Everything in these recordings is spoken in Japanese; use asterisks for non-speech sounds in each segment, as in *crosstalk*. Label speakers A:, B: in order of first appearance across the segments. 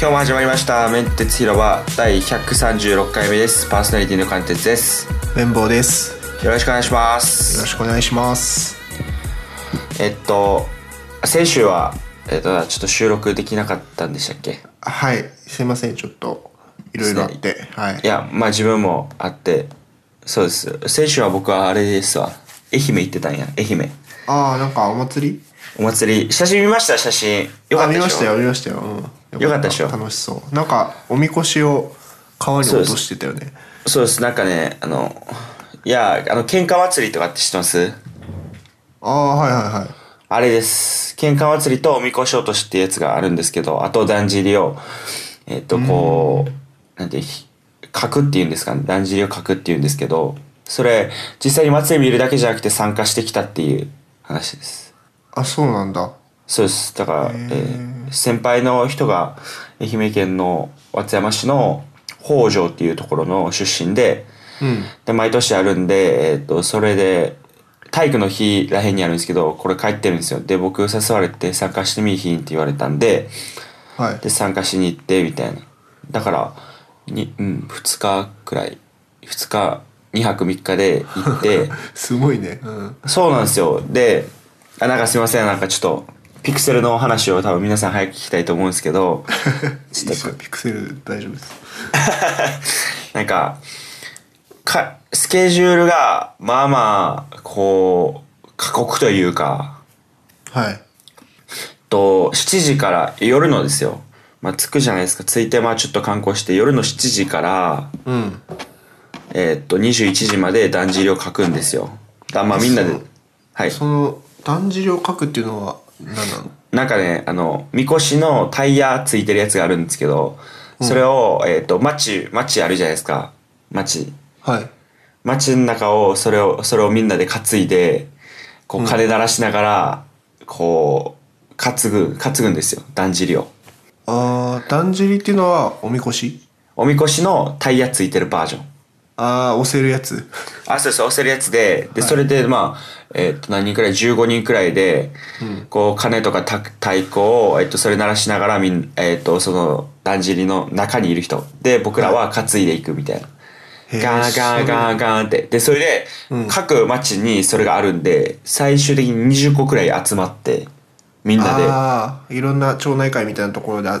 A: 今日も始まりましたメンテツ広場第136回目ですパーソナリティの貫徹です
B: 綿棒です
A: よ
B: よ
A: ろしくお願いしま
B: ろ
A: す
B: しくお願いします
A: えっと先週はえっとちょっと収録できなかったんでしたっけ
B: はいすいませんちょっといろいろあって、はい
A: いやまあ自分もあってそうです先週は僕はあれですわ愛媛行ってたんや愛媛
B: ああなんかお祭り
A: お祭り写真見ました写真よか
B: あ
A: ったでしょ
B: 見ましたよ見ましたよ、うん、
A: よかったでしょ
B: 楽しそうなんかおみこしを川に落としてたよね
A: そうですなんかねあのいやあの喧嘩祭りとかって知ってます
B: ああはいはいはい
A: あれです。喧嘩祭りとおみこし落としってやつがあるんですけど、あとだんじりを、えっ、と、こう、なんて、ひ書くっていうんですかね。だんじりを書くっていうんですけど、それ、実際に祭り見るだけじゃなくて参加してきたっていう話です。
B: あそうなんだ
A: そうです。だから、えー先輩の人が、愛媛県の松山市の北条っていうところの出身で、
B: うん
A: で毎年あるんで、えっとそれで体育の日らへんにあるんですけどこれ帰ってるんですよで僕誘われて参加してみいひんって言われたんで
B: はい
A: で参加しに行ってみたいなだからに、うん、2日くらい2日2泊3日で行って
B: *laughs* すごいね、うん、
A: そうなんですよであなんかすいませんなんかちょっとピクセルの話を多分皆さん早く聞きたいと思うんですけ
B: *laughs*
A: ど
B: いいですよピクセル大丈夫です
A: なんかかスケジュールがまあまあこう過酷というか
B: はい
A: と7時から夜のですよ、まあ、着くじゃないですか着いてまあちょっと観光して夜の7時から、
B: うん
A: えーっと21時までだんじりを書くんですよだまあみんなで
B: そう
A: はい
B: そのだんじりを書くっていうのは何なの
A: なんかねあのみこしのタイヤついてるやつがあるんですけどそれを、えーっと街街あるじゃないですか街
B: はい
A: 街の中をそれをそれをみんなで担いでこう金鳴らしながら、こう担ぐ担ぐんですよだんじりを
B: ああだんじりっていうのはおみこし
A: おみこしのタイヤついてるバージョン
B: ああ押せるやつ
A: あそうそう押せるやつでで、それでまあ、えっと何人くらい15人くらいで、こう鐘とかた太鼓を、えっとそれ鳴らしながらみん、えっとそのだんじりの中にいる人で僕らは担いでいくみたいな。
B: へー
A: ガーガーガーガーってでそれで各町にそれがあるんで最終的に20個くらい集まってみんなで
B: ああいろんな町内会みたいなところであ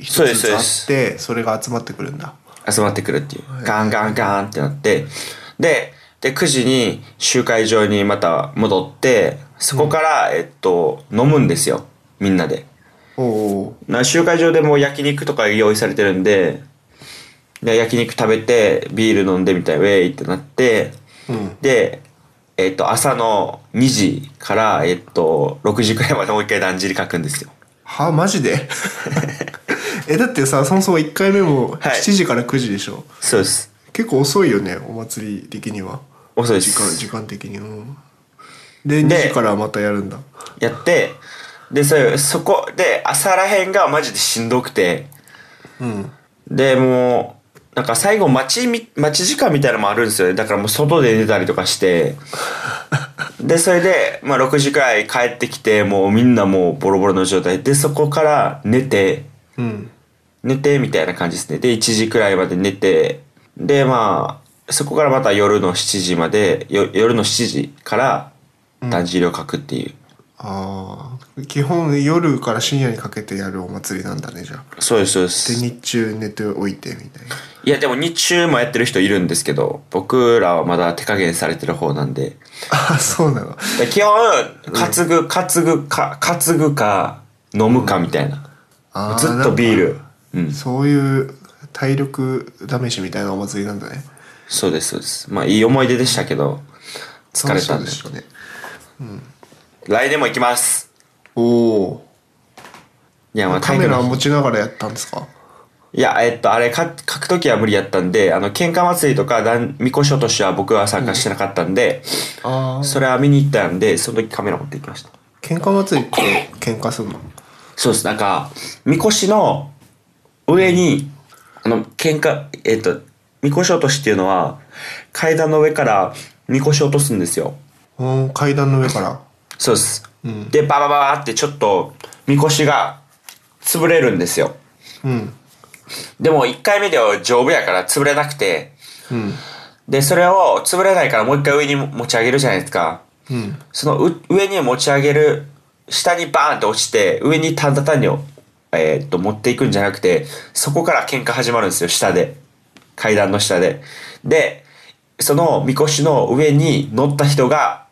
B: 一
A: そうで
B: つ
A: す
B: ずつあってそれが集まってくるんだ
A: 集まってくるっていう。ガンガンガンってなって、で、で、9時に集会場にまた戻って、そこから、えっと、飲むんですよ。みんなで。
B: おお
A: な集会場でもう焼肉とか用意されてるんで、で焼肉食べて、ビール飲んでみたいな、ウェイってなって、
B: うん
A: で、えっと、朝の2時から、えっと、6時くらいまでもう一回だんじり書くんですよ。
B: はあマジで *laughs* えだってさそもそも1回目も
A: はい
B: 7時から9時でしょ、
A: そうです。
B: 結構遅いよねお祭り的には
A: 遅いで
B: 時
A: す。
B: 間時間的にうんで2
A: で
B: 時からまたやるんだ
A: やってでそれそこで朝らへんがマジでしんどくて
B: うん
A: でもうなんか最後待ちみ待ち時間みたいなのもあるんですよねだからもう外で寝たりとかして
B: *laughs*
A: でそれで、まあ、6時くらい帰ってきてもうみんなもうボロボロの状態でそこから寝て
B: うん
A: 寝てみたいな感じですねで1時くらいまで寝てでまあそこからまた夜の7時までよ夜の7時からだんじりを書くっていう、
B: ああ基本夜から深夜にかけてやるお祭りなんだねじゃあ
A: そうですそうです
B: で日中寝ておいてみたいない
A: やでも日中もやってる人いるんですけど僕らはまだ手加減されてる方なんで
B: あそうなの
A: で基本担ぐ担ぐか担ぐか飲むかみたいな、
B: あー
A: ずっとビールうん
B: そういう体力試しみたいなお祭りなんだね
A: そうですそうですまあいい思い出でしたけど疲れたんで
B: そうでしょうね
A: 来年も行きます
B: おお
A: いやまあ
B: カ
A: 体
B: メ
A: 育
B: ラ
A: の
B: を
A: 日
B: 持ちながらやったんですか
A: いやえっとあれか書く時は無理やったんであの喧嘩祭りとかだんみこし落としは僕は参加してなかったんで、
B: あ
A: それは見に行ったんでその時カメラ持って行きました
B: 喧嘩祭りって喧嘩するの
A: そうです。なんか、みこしの上に、あの、喧嘩、えっ、と、みこし落としっていうのは、階段の上からみこし落とすんですよ。
B: おー階段の上から
A: そうです。
B: うん
A: で、ババババってちょっと、みこしが潰れるんですよ。
B: うん
A: でも1回目では丈夫やから潰れなくて、
B: うん
A: で、それを潰れないからもう一回上に持ち上げるじゃないですか。
B: うん
A: そのう上に持ち上げる、下にバーンと落ちて、上にただ単に、えーっと、持っていくんじゃなくて、そこから喧嘩始まるんですよ、下で。階段の下で。で、その、みこしの上に乗った人が、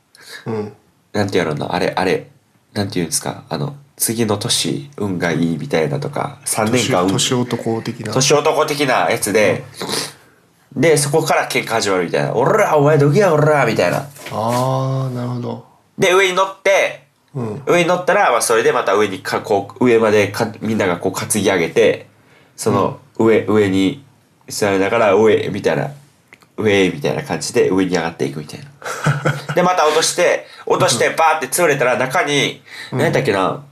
B: うん
A: なんてやろうの、あれ、あれ、なんて言うんですか、あの、次の年、運がいいみたいなとか、3年
B: 年
A: 間運が
B: 年男的な
A: 年男的なやつで、で、そこから喧嘩始まるみたいな。おら、お前どけや、おら、みたいな。
B: ああなるほど
A: で、上に乗って、
B: うん
A: 上に乗ったら、まあ、それでまた上にか、こう、上までか、みんながこう担ぎ上げて、その、上、上に座りながら、上、みたいな、上、みたいな感じで上に上がっていくみたい
B: *laughs*
A: な。で、また落として、落として、バーって潰れたら、中に、何やったっけな、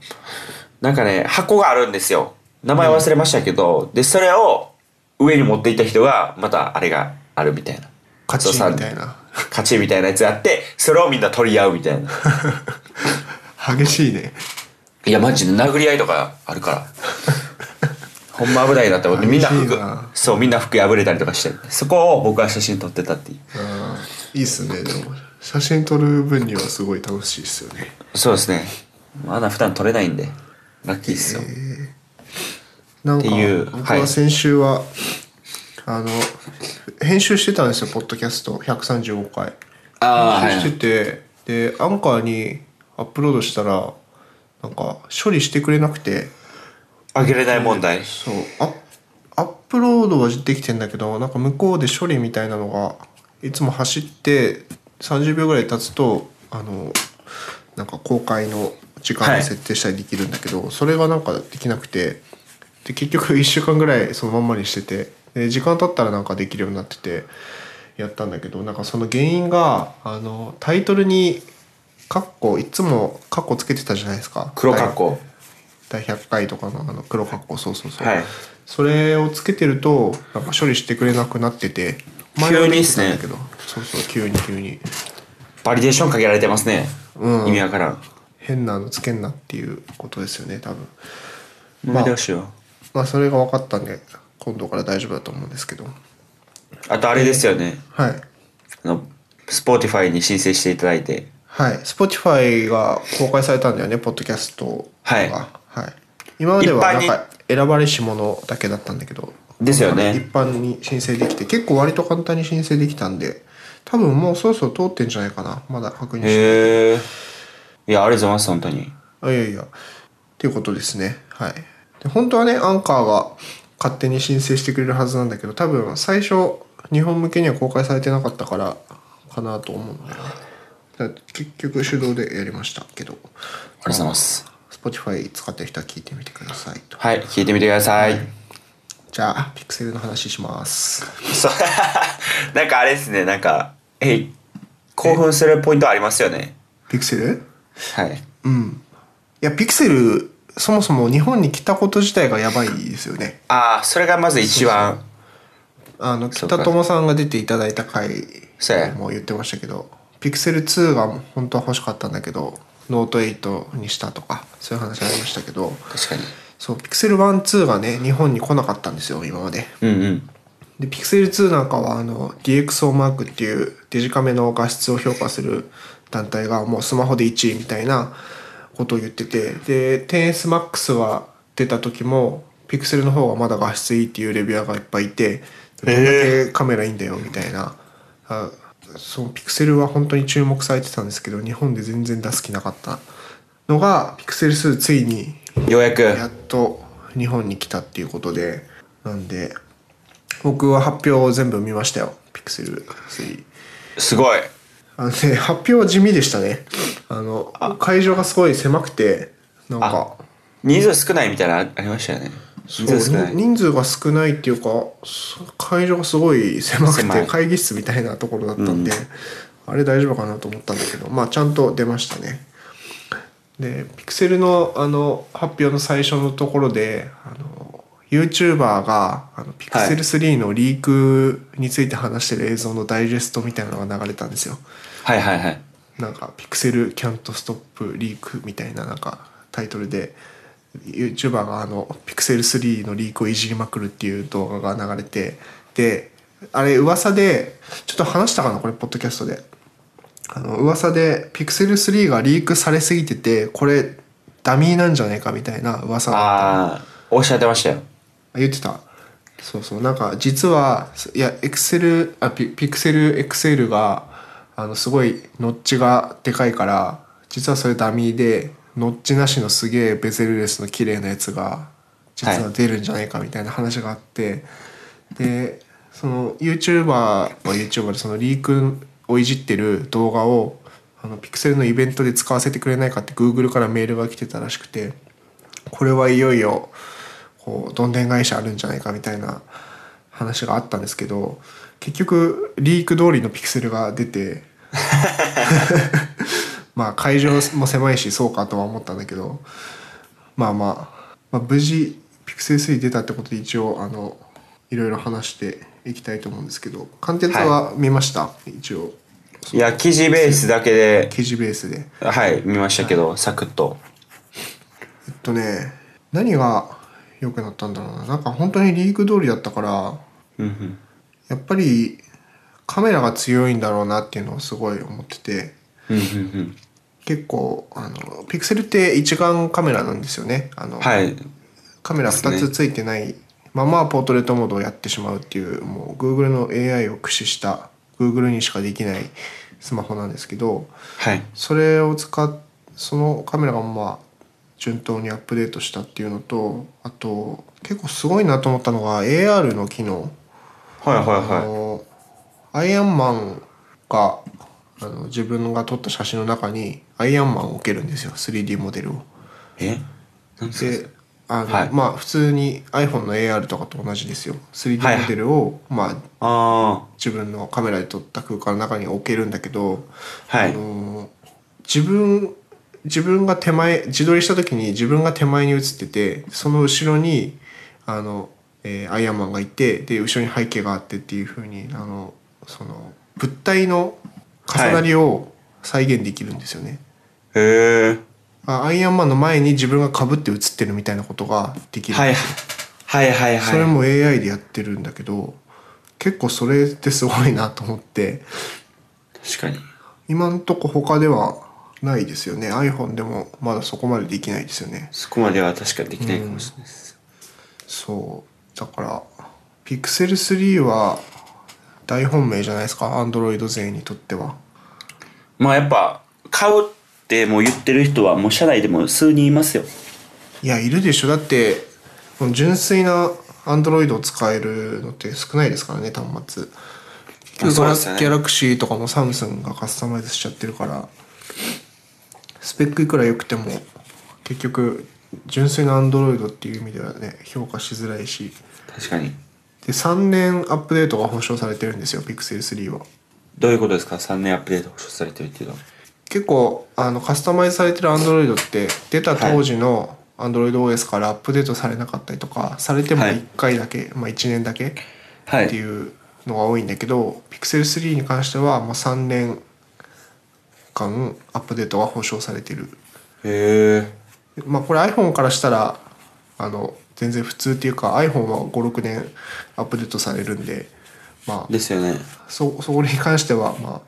A: なんかね、箱があるんですよ。名前忘れましたけど、で、それを上に持っていった人が、またあれがあるみたいな。
B: 勝ちみたいな
A: 勝ちみたいなやつやって、それをみんな取り合うみたいな。
B: 激しいね
A: いやマジで殴り合いとかあるから *laughs* ほんま危ないなって思ってみんな
B: 激しい
A: 服
B: な
A: そうみんな服破れたりとかしてそこを僕は写真撮ってたっていう
B: うんいいっすねでも写真撮る分にはすごい楽しいっすよね
A: そうですねまだ普段撮れないんでラッキーっすよ、
B: なんか
A: っていう
B: 僕
A: は
B: はい先週は、あの編集してたんですよポッドキャスト135回
A: あー
B: 編集してて、でアンカーにアップロードしたらなんか処理してくれなくて
A: あげれない問題
B: そうアアップロードはできてんだけどなんか向こうで処理みたいなのがいつも走って30秒ぐらい経つとあのなんか公開の時間を設定したりできるんだけど、それがなんかできなくてで結局1週間ぐらいそのまんまにしててで時間経ったらなんかできるようになっててやったんだけどなんかその原因があのタイトルにカッコいつもカッコつけてたじゃないですか
A: 黒格好
B: 第100回とかのあの黒格好そうそうそう、
A: はい
B: それをつけてるとなんか処理してくれなくなってて
A: 急にっすね
B: 前はできてたんだけどそうそう急に急に
A: バリデーションかけられてますね、
B: うん
A: 意味わからん
B: 変なのつけんなっていうことですよね多分
A: まあどうしよう
B: まあそれが分かったんで今度から大丈夫だと思うんですけど
A: あとあれですよね
B: はい
A: あのスポーティファイに申請していただいて
B: はい Spotify が公開されたんだよねポッドキャストが
A: はい
B: はい、今までは
A: 一般
B: なん
A: に
B: か選ばれし者だけだったんだけど
A: ですよね
B: 一般に申請できて結構割と簡単に申請できたんで多分もうそろそろ通ってんじゃないかなまだ確認して
A: へえいやありがとうございます本当に
B: あいやいやっていうことですねはいで本当はねアンカーが勝手に申請してくれるはずなんだけど多分最初日本向けには公開されてなかったからかなと思うのでだから結局手動でやりましたけど
A: ありがとうございます
B: Spotify 使ってる人は聞いてみてくださいと
A: はい聞いてみてください
B: じゃあピクセルの話します
A: そう *laughs* なんかあれですねなんかえ興奮するポイントありますよね
B: ピクセル
A: はい
B: うんいやピクセルそもそも日本に来たこと自体がやばいですよね
A: ああそれがまず一番
B: あの
A: そう
B: 北
A: か
B: 友さんが出ていただいた回
A: そうや
B: も言ってましたけどピクセル2が本当は欲しかったんだけどノート8にしたとかそういう話ありましたけど
A: 確かに
B: そうピクセル12がね日本に来なかったんですよ今まで
A: うんうん
B: で Pixel2 なんかはあの DxO マークっていうデジカメの画質を評価する団体がもうスマホで1位みたいなことを言っててで 10SMAX が出た時も Pixel の方がまだ画質いいっていうレビュアーがいっぱいいてどんだけカメラいいんだよみたいな、あその Pixel は本当に注目されてたんですけど日本で全然出す気なかったのが Pixel2 ついに
A: ようやく
B: やっと日本に来たっていうことでなんで僕は発表を全部見ましたよピクセル3
A: すごい
B: あのね発表は地味でしたねあの会場がすごい狭くてなんか
A: 人数少ないみたいなのありましたよね
B: そ
A: 人
B: う
A: 数少ない
B: 人数が少ないっていうかそ会場がすごい狭く
A: 狭
B: て
A: い
B: 会議室みたいなところだったんで、あれ大丈夫かなと思ったんだけどまあちゃんと出ましたねでピクセルのあの発表の最初のところであの YouTuber があのピクセル3のリークについて話してる映像のダイジェストみたいなのが流れたんですよ
A: はいはいはい
B: なんか「ピクセルキャントストップリーク」みたいななんかタイトルで YouTuber があの Pixel3 のリークをいじりまくるっていう動画が流れてであれ噂でちょっと話したかなこれポッドキャストであの噂で Pixel3 がリークされすぎててこれダミーなんじゃないかみたいな噂が
A: ああおっしゃってましたよ
B: 言ってたそうそうなんか実はいやエクセルあピピクセルエクセルがあのすごいノッチがでかいから実はそれダミーでノッチなしのすげえベゼルレスの綺麗なやつが実は出るんじゃないかみたいな話があって、でその YouTuber は YouTuber でそのリークをいじってる動画をあのピクセルのイベントで使わせてくれないかって Google からメールが来てたらしくてこれはいよいよこうどんでん返しあるんじゃないかみたいな話があったんですけど結局リーク通りのピクセルが出てまあ会場も狭いしそうかとは思ったんだけどまあまあ、まあ、無事ピクセル3出たってことで一応あのいろいろ話していきたいと思うんですけど貫徹は見ました、一応
A: いや記事ベースだけで
B: 記事ベースで。
A: はい見ましたけど、サクッと
B: えっとね何が良くなったんだろうななんか本当にリーク通りだったから
A: うんうん
B: やっぱりカメラが強いんだろうなっていうのをすごい思ってて
A: うんうんうん
B: 結構あのピクセルって一眼カメラなんですよねあの、
A: はい
B: カメラ
A: です
B: 2
A: ね
B: つついてないままポートレートモードをやってしまうっていうもう Google の AI を駆使した Google にしかできないスマホなんですけど
A: はい
B: それを使っそのカメラがまあ順当にアップデートしたっていうのとあと結構すごいなと思ったのが AR の機能
A: はいはい
B: あ
A: はい
B: のアイアンマンがあの自分が撮った写真の中にアイアンマンを置けるんですよ 3D モデルを。
A: えなんですか
B: であの、
A: はい
B: まあ普通に iPhone の AR とかと同じですよ
A: はい
B: 3D モデルを、まあ、
A: あ
B: 自分のカメラで撮った空間の中に置けるんだけど、
A: あは
B: あ
A: い
B: の自分自分が手前自撮りした時に自分が手前に映っててその後ろにあの、えーアイアンマンがいてで後ろに背景があってっていう風にあのその物体の重なりを再現できるんですよね。
A: へえ
B: あアイアンマンの前に自分がかぶって映ってるみたいなことができる、
A: はいはいはいはい
B: それも AI でやってるんだけど結構それってすごいなと思って
A: 確かに
B: 今んとこ他ではないですよね iPhone でもまだそこまでできないですよね
A: そこまでは確かにできないかもしれないです、
B: そうだから Pixel3 は大本命じゃないですか Android 勢にとっては
A: まあやっぱ買うってもう言ってる人はもう社内でも数人いますよ
B: いやいるでしょだってこの純粋な Android を使えるのって少ないですからね端末
A: あそうですよね
B: ギャラクシーとかもサムスンがカスタマイズしちゃってるからスペックいくら良くても結局純粋な Android っていう意味ではね評価しづらいし
A: 確かに
B: で3年アップデートが保証されてるんですよ Pixel3 は
A: どういうことですか3年アップデート保証されてるっていうのは
B: 結構あのカスタマイズされてる Android って出た当時の AndroidOS からアップデートされなかったりとかされても
A: はい
B: 1回だけ、まあ1年だけっ
A: はい
B: ていうのが多いんだけど Pixel3 に関してはもう3年間アップデートが保証されてる
A: へえ
B: まあこれ iPhone からしたらあの全然普通っていうか iPhone は56年アップデートされるんでまあ
A: ですよね
B: そそれに関しては、ま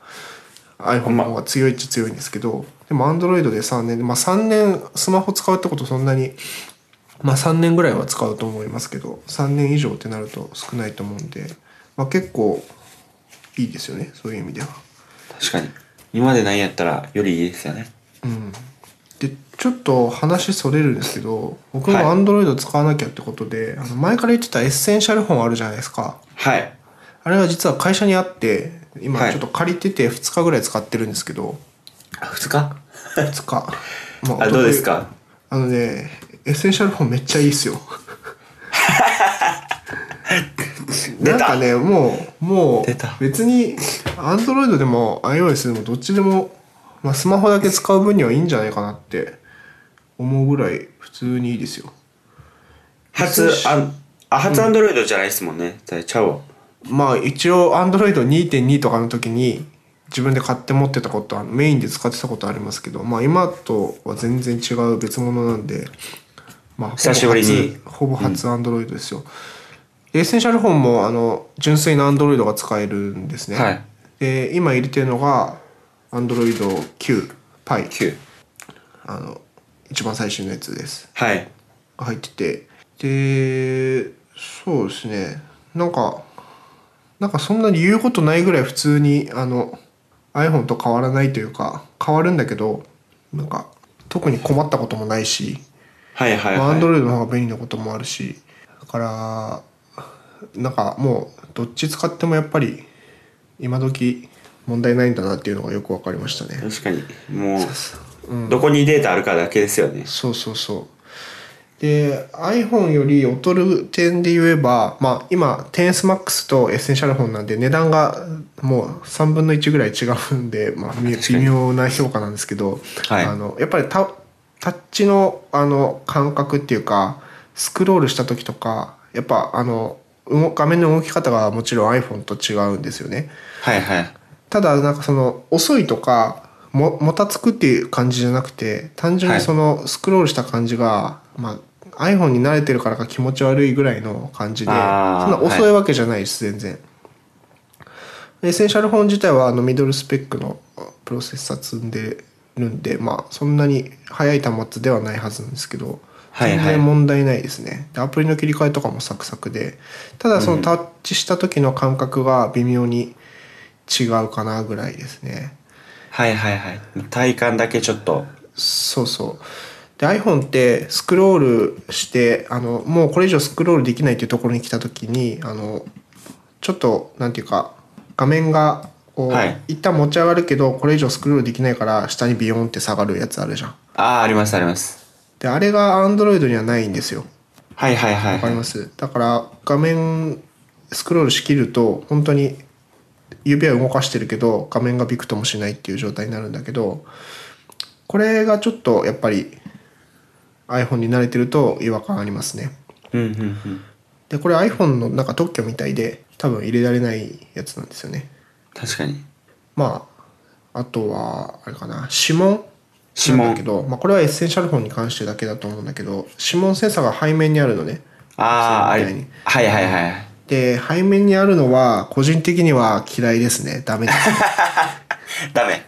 B: あ、iPhone の方が強いっちゃ強いんですけど、でも Android で3年で、まあ、3年スマホ使うってことそんなに、まあ、3年ぐらいは使うと思いますけど3年以上ってなると少ないと思うんで、まあ、結構いいですよねそういう意味では。
A: 確かに今までないやったらよりいいですよね
B: うん、でちょっと話それるんですけど僕も
A: はい
B: Android 使わなきゃってことで、あの前から言ってたエッセンシャルフォンあるじゃないですか。
A: はい
B: あれは実は会社にあって
A: は
B: 今
A: い
B: ちょっと借りてて2日ぐらい使ってるんですけど、
A: 2日
B: 2日も
A: あどうですか
B: あのねエッセンシャルフォンめっちゃいいっすよ
A: 出
B: なん
A: た
B: かねもうも
A: 出た
B: う別にアンドロイドでも iOS でもどっちでも、まあ、スマホだけ使う分にはいいんじゃないかなって思うぐらい普通にいいですよ
A: 初あんあ初アンドロイドじゃないですもんね、じゃあちゃうわ
B: まあ一応アンドロイド2.2とかの時に自分で買って持ってたことはメインで使ってたことありますけど、まあ、今とは全然違う別物なんでまあ、
A: 久しぶりに
B: ほぼ初アンドロイドですよ、エッセンシャルフォンもあの純粋なアンドロイドが使えるんですね、
A: はい
B: で今入れてるのがアンドロイド 9π あの一番最新のやつです
A: はい
B: が入っててでそうですねなんかなんかそんなに言うことないぐらい普通にあの iPhone と変わらないというか変わるんだけどなんか特に困ったこともないし
A: はいはい
B: アンド
A: は
B: ロイドの方が便利なこともあるしだからなんかもうどっち使ってもやっぱり今時問題ないんだなっていうのがよく分かりましたね
A: い確かにもう、どこにデータあるかだけですよね
B: そうそうそうで iPhone より劣る点で言えば、まあ、今 10SMAX とエッセンシャルフォンなんで値段がもう3分の1ぐらい違うんで、 *laughs* まあ、み
A: 確かに
B: 微妙な評価なんですけど、
A: はい
B: あのやっぱりタタッチのあの感覚っていうかスクロールした時とかやっぱあの動画面の動き方がもちろん iPhone と違うんですよね。
A: はいはい
B: ただなんかその遅いとかももたつくっていう感じじゃなくて単純にそのスクロールした感じが、まあ、iPhone に慣れてるからか気持ち悪いぐらいの感じでそん
A: あー
B: な遅いわけじゃないです、全然。エッセンシャルフォン自体はあのミドルスペックのプロセッサー積んでるんで、まあ、そんなに速い端末ではないはずなんですけど
A: はいはい
B: 全然問題ないですね、でアプリの切り替えとかもサクサクでただそのタッチした時の感覚が微妙に違うかなぐらいですね
A: はいはいはい体感だけちょっと
B: そうそうで iPhone ってスクロールしてあのもうこれ以上スクロールできないっていうところに来た時にあのちょっとなんていうか画面がこう、
A: はい
B: 一旦持ち上がるけどこれ以上スクロールできないから下にビヨーンって下がるやつあるじゃん
A: ああありますあります
B: であれが Android にはないんですよ
A: はいはいはい
B: わか
A: は
B: り
A: い
B: ますだから画面スクロールしきると本当に指は動かしてるけど画面がビクともしないっていう状態になるんだけどこれがちょっとやっぱり iPhone に慣れてると違和感ありますね
A: うんうんうん
B: でこれ iPhone のなんか特許みたいで多分入れられないやつなんですよね
A: 確かに
B: まああとはあれかな指紋
A: 指
B: なんだ
A: 紋
B: けど、まあ、これはエッセンシャルフォンに関してだけだと思うんだけど指紋センサーが背面にあるのね
A: あああ
B: そう
A: れ
B: みたいに
A: はいはいはい
B: で背面にあるのは個人的には嫌いですねダメです
A: ダメ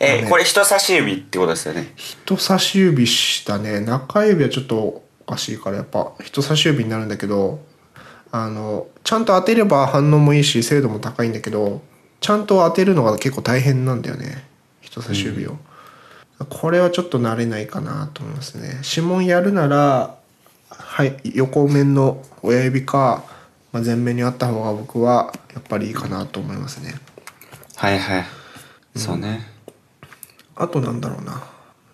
A: えこれ人差し指ってことですよね
B: 人差し指したね中指はちょっとおかしいからやっぱ人差し指になるんだけどあのちゃんと当てれば反応もいいし精度も高いんだけどちゃんと当てるのが結構大変なんだよね人差し指を、これはちょっと慣れないかなと思いますね指紋やるなら、はい、横面の親指か、まあ、前面にあった方が僕はやっぱりいいかなと思いますね
A: はいはいそうね
B: あとなんだろうな。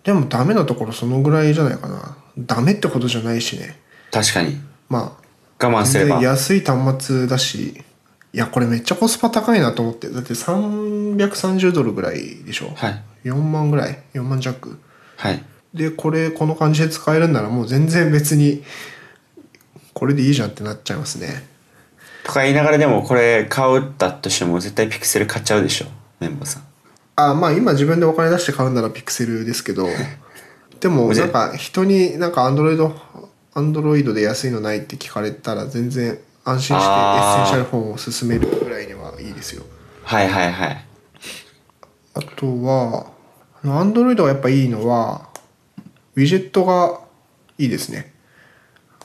B: でもダメなところそのぐらいじゃないかな。ダメってことじゃないしね。
A: 確かに
B: ま
A: 我
B: あ、
A: 慢すれ
B: 全
A: ば
B: 然安い端末だし、いや、これめっちゃコスパ高いなと思って。だって330ドルぐらいでしょ。
A: はい
B: 4万ぐらい。4万弱。
A: はい
B: で、これ、この感じで使えるんならもう全然別に、これでいいじゃんってなっちゃいますね。
A: とか言いながらでもこれ買うだとしても絶対ピクセル買っちゃうでしょメンバーさん
B: あまあ今自分でお金出して買うならピクセルですけ
A: *laughs*
B: どでもなんか人になんかアンドロイドアンドロイドで安いのないって聞かれたら全然安心してエッ
A: あー
B: センシャルフォンを勧めるぐらいにはいいですよ
A: はいはいはい
B: あとはアンドロイドがやっぱいいのはウィジェットがいいですね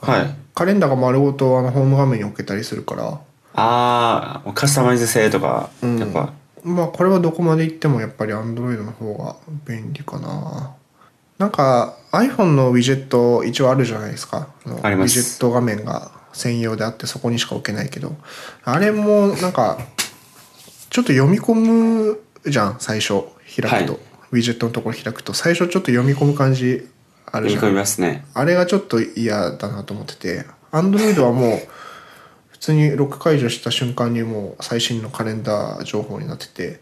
A: はい
B: カレンダーが丸ごとあのホーム画面に置けたりするから
A: ああカスタマイズ性とかやっぱ、
B: まあこれはどこまで行ってもやっぱり Android の方が便利かななんか iPhone のウィジェット一応あるじゃないですかの
A: あります
B: ウィジェット画面が専用であってそこにしか置けないけどあれもなんかちょっと読み込むじゃん最初開くと、
A: はい
B: ウィジェットのところ開くと最初ちょっと読み込む感じあ
A: 読
B: るじ
A: み
B: ゃん
A: 込みますね
B: あれがちょっと嫌だなと思ってて、Android はもう、普通にロック解除した瞬間にもう最新のカレンダー情報になってて、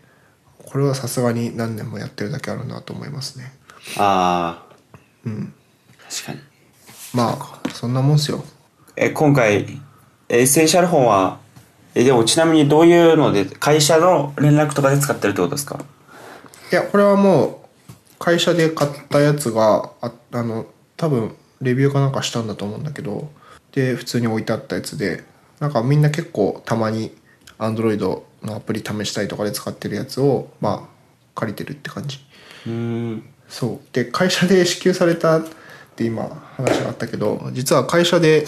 B: これはさすがに何年もやってるだけあるなと思いますね。
A: ああうん確かに
B: まあ、そんなもんっすよ。
A: え今回エッセンシャルフォンはえでもちなみにどういうので会社の連絡とかで使ってるってことですか
B: いや、これはもう、会社で買ったやつが、ああの、多分、レビューかなんかしたんだと思うんだけどで普通に置いてあったやつでなんかみんな結構たまに Android のアプリ試したいとかで使ってるやつをまあ借りてるって感じ
A: うん
B: そうで会社で支給されたって今話があったけど実は会社で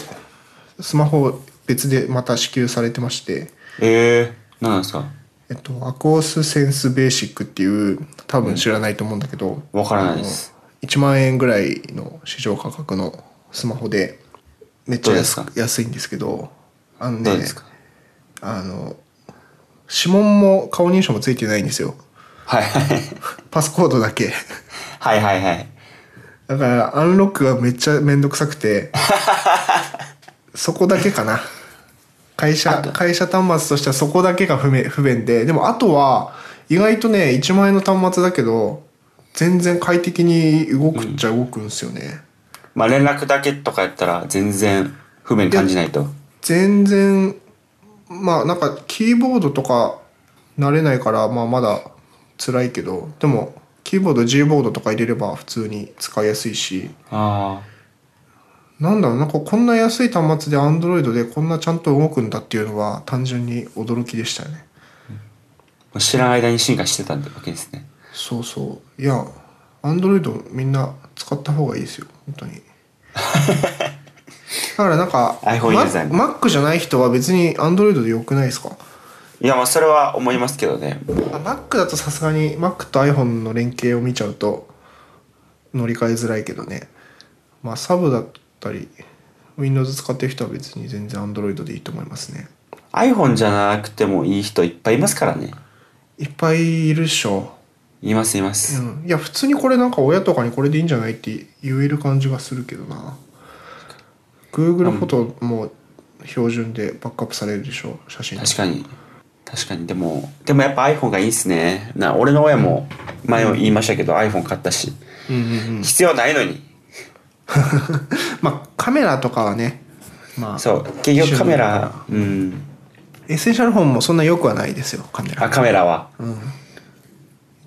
B: スマホを別でまた支給されてまして
A: ええー、なんですか
B: えっと、アコースセンスベーシックっていう多分知らないと思うんだけど、
A: わからないです
B: 1万円ぐらいの市場価格のスマホでめっちゃ安
A: どうです
B: く安いんですけどあの
A: どう
B: ね
A: ですか
B: あの指紋も顔認証もついてないんですよ
A: はいはい
B: パスコードだけ
A: はいはいはい
B: だからアンロックがめっちゃめんどくさくてそこだけかな会社会社端末としてはそこだけが不便不便ででもあとは意外とね1万円の端末だけど全然快適に動くっちゃ動くんですよね、
A: まあ連絡だけとかやったら全然不便に感じないと
B: 全然まあなんかキーボードとか慣れないから、まあ、まだ辛いけどでもキーボード G ボードとか入れれば普通に使いやすいし
A: あ
B: なんだろうなんかこんな安い端末で Android でこんなちゃんと動くんだっていうのは単純に驚きでしたよね
A: あ知らない間に進化してたってわけですね
B: そうそういや Android みんな使った方がいいですよ
A: *laughs*
B: 本当にだからなんか
A: iPhone ユーザーに
B: Mac Mac じゃない人は別に Android でよくないですか
A: いやまあそれは思いますけどね
B: あ Mac だとさすがに Mac と iPhone の連携を見ちゃうと乗り換えづらいけどねまあサブだったり Windows 使ってる人は別に全然 Android でいいと思いますね
A: iPhone じゃなくてもいい人いっぱいいますからね
B: いっぱいいるっしょ、
A: いますいうます、
B: ん、いや普通にこれなんか親とかにこれでいいんじゃないって言える感じがするけどな Google フォトも標準でバックアップされるでしょ写真
A: 確かに確かにでもでもやっぱ iPhone がいいっすねな俺の親も前も言いましたけど、iPhone 買ったし
B: に、うんうんうん、
A: 必要ないのに
B: *laughs* まあカメラとかはねまあ
A: そう結局カメラうん
B: エッセンシャルフォンもそんな良くはないですよカメラ
A: あカメラは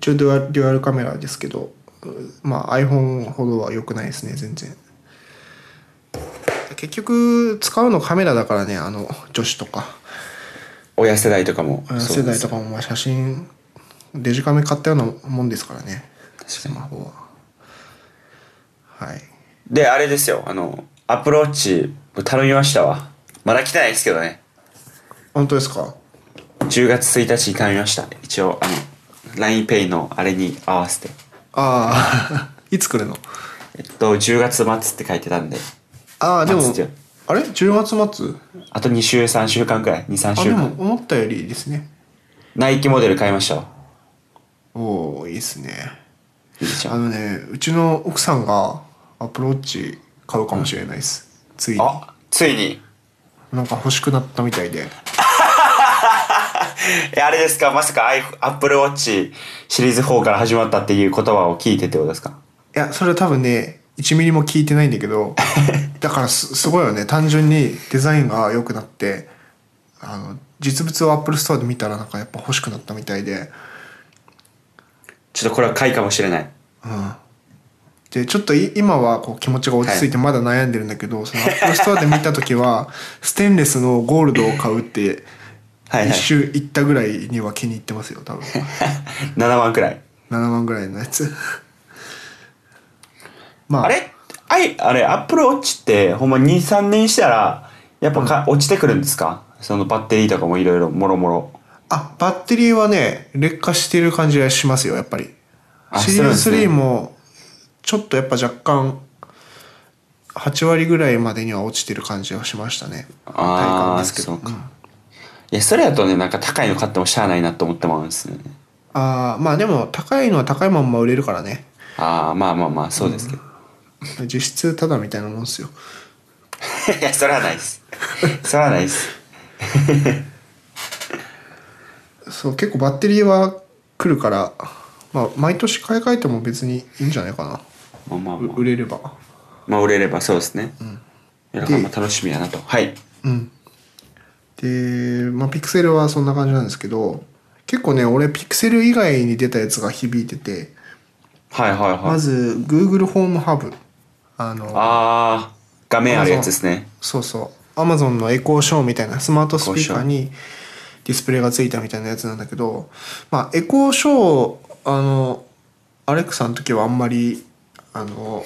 B: 一応デュアデュアルカメラですけどうんまあ iPhone ほどは良くないですね全然結局使うのカメラだからねあの女子とか
A: 親世代とかも
B: 親
A: そ
B: 世
A: うで
B: 代
A: す
B: とかもまあ写真デジカメ買ったようなもんですからね
A: 確
B: ス
A: かに
B: マホははい
A: であれですよあのアプローチ頼みましたわまだ来てないですけどね
B: 本当ですか
A: 10月1日に頼みました一応あの LINEPay のあれに合わせて
B: ああ *laughs* いつ来るの
A: えっと10月末って書いてたんで
B: ああでも
A: 待つじゃん
B: あれ10月末
A: あと2週3週間くらい23
B: あ
A: 週
B: で
A: 間
B: も思ったよりですね
A: ナイキモデル買いましたわ
B: おおいいですね
A: ゆりちゃ
B: あ
A: ん
B: のねうちの奥さんがアプローチ買うかもしれないです、ついに
A: あついに
B: なんか欲しくなったみたいで
A: えあれですかまさか Apple Watch シリーズ4から始まったっていう言葉を聞いてってことですか
B: いやそれは多分ね1ミリも聞いてないんだ
A: *laughs*
B: けどだからすすごいよね単純にデザインが良くなってあの実物をアップルストアで見たらなんかやっぱ欲しくなったみたいで、
A: ちょっとこれは買いかもしれない
B: うん、でちょっとい今はこう気持ちが落ち着いてまだ悩んでるんだけど、そのアップルストアで見た
A: *laughs*
B: 時はステンレスのゴールドを買うって
A: はい
B: 一
A: はい
B: 周行ったぐらいには気に入ってますよ
A: *laughs*
B: 多分。
A: 7万くらい
B: 7万ぐらいのやつまあ
A: あれあいあれ Apple Watch ってほんま23年したらやっぱか、落ちてくるんですかそのバッテリーとかもいろいろもろもろ
B: あバッテリーはね劣化してる感じがしますよやっぱり
A: あ
B: シリ
A: そうなん
B: ー
A: で
B: ズ
A: すね
B: 3もちょっとやっぱ若干8割ぐらいまでには落ちてる感じがしましたね体
A: あ
B: 感
A: あ
B: ですけ
A: そ
B: ど
A: うか、いやそれやとねなんか高いの買ってもしゃあないなと思ってもらうんですよね
B: ああまあでも高いのは高いまんま売れるからね
A: ああまあまあまあそうですけど、
B: 実質ただみたいなもんですよ
A: *laughs* いやそれはないですそれはないです
B: そう結構バッテリーは来るからまあ毎年買い替えても別にいいんじゃないかな
A: まあまあ
B: う
A: まあ
B: 売れれば
A: まあ売れればそうですね、いやだから
B: で
A: まあ楽しみやなとはい
B: うん、で、まあ、ピクセルはそんな感じなんですけど結構ね俺ピクセル以外に出たやつが響いてて
A: はいはいはい、
B: まず Google ホームハブあの
A: ああ画面あるやつですね
B: そうそうアマゾンのエコーショーみたいなスマートスピーカーにディスプレイがついたみたいなやつなんだけど、まあ、エコーショーあのアレクサの時はあんまりあの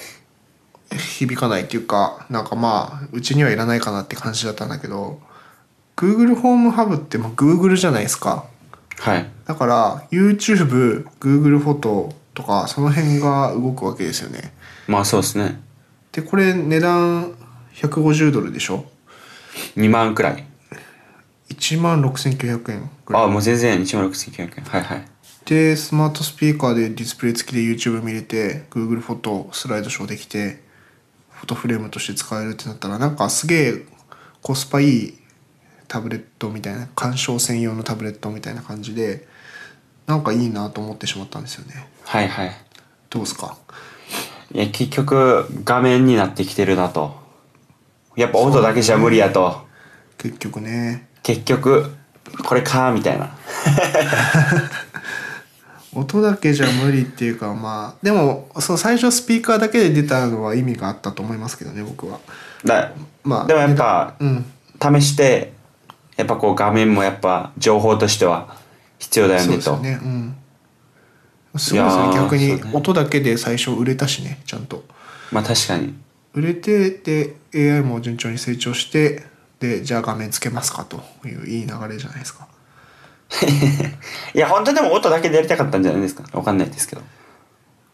B: 響かないっていうかなんかまあうちにはいらないかなって感じだったんだけど Google ホームハブってもう Google じゃないですか
A: はい
B: だから YouTubeGoogle フォトとかその辺が動くわけですよね
A: まあそうですね
B: でこれ値段150ドルでしょ
A: 2万くらい
B: 1万6900円ぐらい
A: ああもう全然1万6900円はいはい
B: でスマートスピーカーでディスプレイ付きで YouTube 見れて Google フォトスライドショーできてフォトフレームとして使えるってなったらなんかすげえコスパいいタブレットみたいな鑑賞専用のタブレットみたいな感じでなんかいいなと思ってしまったんですよね
A: はいはい
B: どうですか
A: いや結局画面になってきてるなとやっぱ音だけじゃ無理やと、
B: 結局ね
A: 結局これかみたいな
B: 音だけじゃ無理っていうかまあでもその最初スピーカーだけで出たのは意味があったと思いますけどね僕は
A: だ
B: まあ
A: でもやっぱ
B: うん
A: 試してやっぱこう画面もやっぱ情報としては必要だよ
B: そう
A: ね
B: ですよ
A: と
B: ねうんすごいですね
A: いやー
B: 逆に
A: そうね
B: 音だけで最初売れたしねちゃんと
A: まあ確かに
B: 売れてで AI も順調に成長してでじゃあ画面つけますかといういい流れじゃないですか
A: いや本当でも音だけでやりたかったんじゃないですかわかんないですけど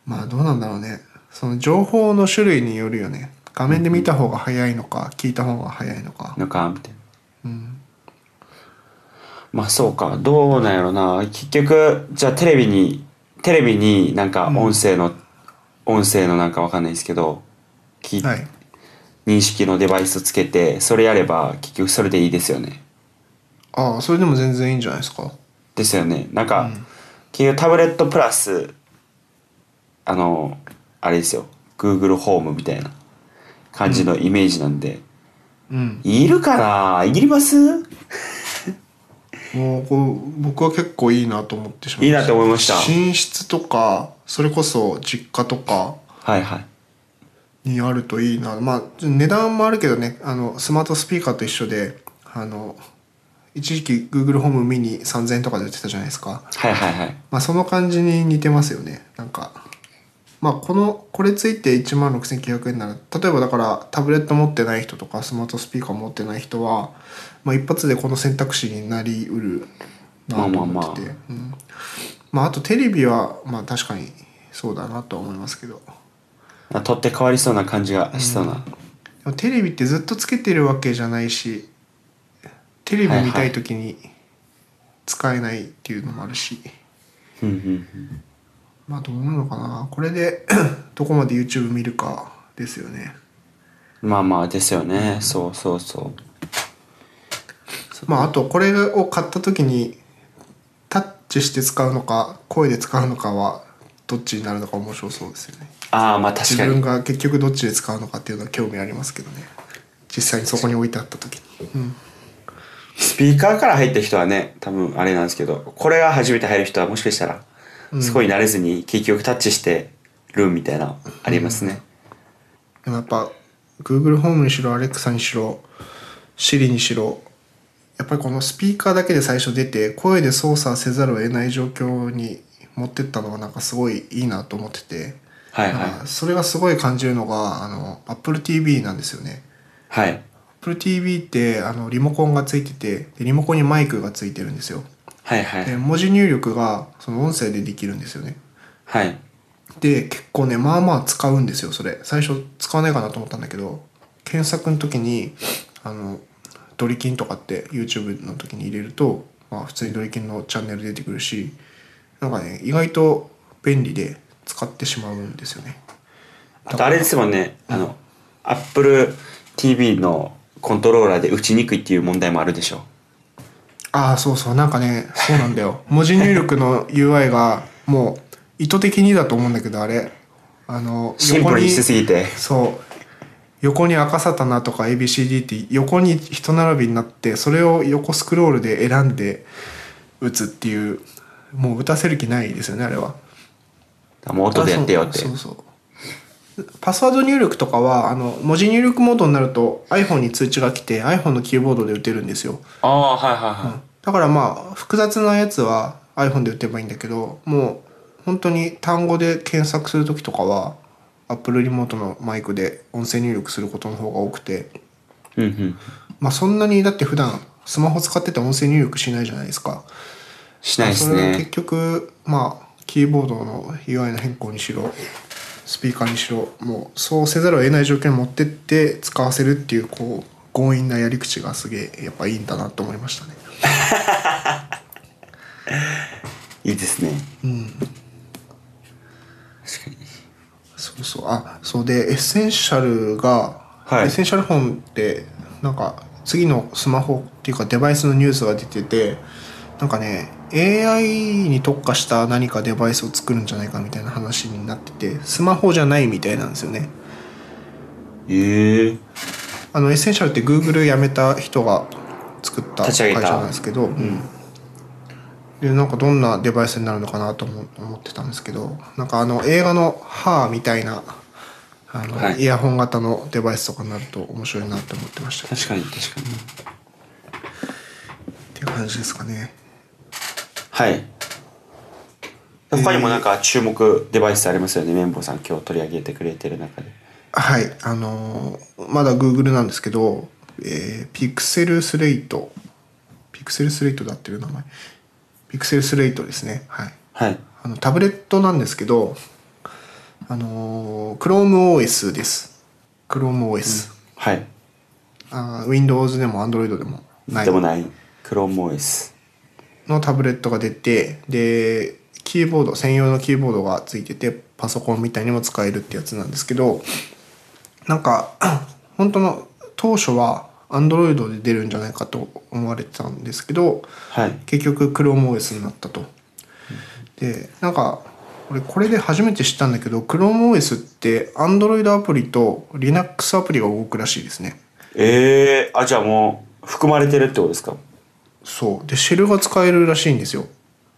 B: まあどうなんだろうねその情報の種類によるよね画面で見た方が早いのか聞いた方が早いのか
A: のかみたいな、まあそうかどうなんやろな結局じゃあテレビにテレビになんか音声の、音声のなんかわかんないですけどき、
B: はい
A: 認識のデバイスつけてそれやれば結局それでいいですよね
B: ああそれでも全然いいんじゃないですか
A: ですよねなんか、結局タブレットプラスあのあれですよ Google ホームみたいな感じのイメージなんで、
B: うん
A: いるかないります
B: もうこう僕は結構いいなと思ってしま
A: いいなと思いました
B: 寝室とかそれこそ実家とか
A: はいはい
B: にあるといいなまあ値段もあるけどねあのスマートスピーカーと一緒であの一時期 Google ホームミニ3000円とかで売ってたじゃないですか、
A: はいはいはい
B: まあ、その感じに似てますよねなんかまあこのこれついて1万6900円なら例えばだからタブレット持ってない人とかスマートスピーカー持ってない人は、まあ、一発でこの選択肢になりうるなと思ってて
A: ま
B: うんまああとテレビはまあ確かにそうだなとは思いますけど。
A: あ取って変わりそうな感じがしそうな、
B: でもテレビってずっとつけてるわけじゃないしテレビ見たい時に使えないっていうのもあるし、
A: うんうんうん
B: まあどうなのかなこれで *coughs* どこまで YouTube 見るかですよね
A: まあまあですよねそうそうそう
B: まああとこれを買った時にタッチして使うのか声で使うのかはどっちになるのか面白そうですよね
A: ああまあ確
B: 自
A: か
B: 分
A: に
B: が結局どっちで使うのかっていうのは興味ありますけどね実際にそこに置いてあった時に、うん、
A: スピーカーから入った人はね多分あれなんですけどこれが初めて入る人はもしかしたらそこに慣れずに結局タッチしてるみたいなありますね、
B: でもやっぱ Google ホームにしろ Alexa にしろ Siri にしろやっぱりこのスピーカーだけで最初出て声で操作せざるを得ない状況に持ってったのがなんかすごいいいなと思ってて、
A: はいはい
B: なんかそれがすごい感じるのがあの Apple TV なんですよね
A: はい
B: Apple TV ってあのリモコンがついててでリモコンにマイクがついてるんですよ
A: はいはい
B: で文字入力がその音声でできるんですよね
A: はい
B: で結構ねまあまあ使うんですよそれ最初使わないかなと思ったんだけど検索の時にあのドリキンとかって YouTube の時に入れると、まあ、普通にドリキンのチャンネル出てくるしなんかね意外と便利で使ってしまうんですよね
A: あとあれですもんねあの Apple TV のコントローラーで打ちにくいっていう問題もあるでしょ
B: ああそうそうなんかねそうなんだよ *laughs* 文字入力の UI がもう意図的にだと思うんだけどあれあの
A: シンプルにしすぎて
B: そう横に赤さたなとか ABCD って横に人並びになってそれを横スクロールで選んで打つっていうもう打たせる気ないですよねあれは
A: もう音でやってよって
B: そうそうそうパスワード入力とかはあの文字入力モードになると iPhone に通知が来て iPhone のキーボードで打てるんですよ
A: ああはいはいはい、
B: だからまあ複雑なやつは iPhone で打てばいいんだけどもう本当に単語で検索する時とかは Apple リモートのマイクで音声入力することの方が多くて
A: うんうん、
B: まあそんなにだって普段スマホ使ってて音声入力しないじゃないですか
A: しないです
B: それは結
A: ね
B: 局まあキーボードの UI の変更にしろスピーカーにしろもうそうせざるを得ない状況に持ってって使わせるっていうこう強引なやり口がすげえやっぱいいんだなと思いましたね
A: いいですね
B: そうそうあそうでエッセンシャルが、
A: はい
B: エッセンシャルフォンってなんか次のスマホっていうかデバイスのニュースが出ててなんかね AI に特化した何かデバイスを作るんじゃないかみたいな話になっててスマホじゃないみたいなんですよね
A: ええ
B: あのエッセンシャルって Google 辞めた人が作った
A: 立ち上げ
B: 会
A: た
B: 社なんですけど、うんでなんかどんなデバイスになるのかなと思思ってたんですけどなんかあの映画の「ハーみたいなあの、
A: はい
B: イヤホン型のデバイスとかになると面白いなって思ってましたっ
A: 確かに確かに
B: ていう感じですかね
A: はい他にもなんか注目デバイスありますよね、綿棒さん今日取り上げてくれてる中で
B: はいあのーまだ Google なんですけど、えー、ピクセルスレイトピクセルスレイトだっていう名前ピクセルスレイトですねはい
A: はい
B: あのタブレットなんですけど、あのー ChromeOS です。ChromeOS、
A: はい
B: あー Windows でも Android でもない
A: でもない ChromeOS
B: のタブレットが出て、で、キーボード、専用のキーボードがついてて、パソコンみたいにも使えるってやつなんですけど、なんか、 *coughs* 本当の当初は Android で出るんじゃないかと思われてたんですけど、
A: はい
B: 結局 ChromeOS になったと。でなんか俺これで初めて知ったんだけど ChromeOS って Android アプリと Linux アプリが動くらしいですね
A: ええあじゃあもう含まれてるってことですか
B: そうでシェルが使えるらしいんですよ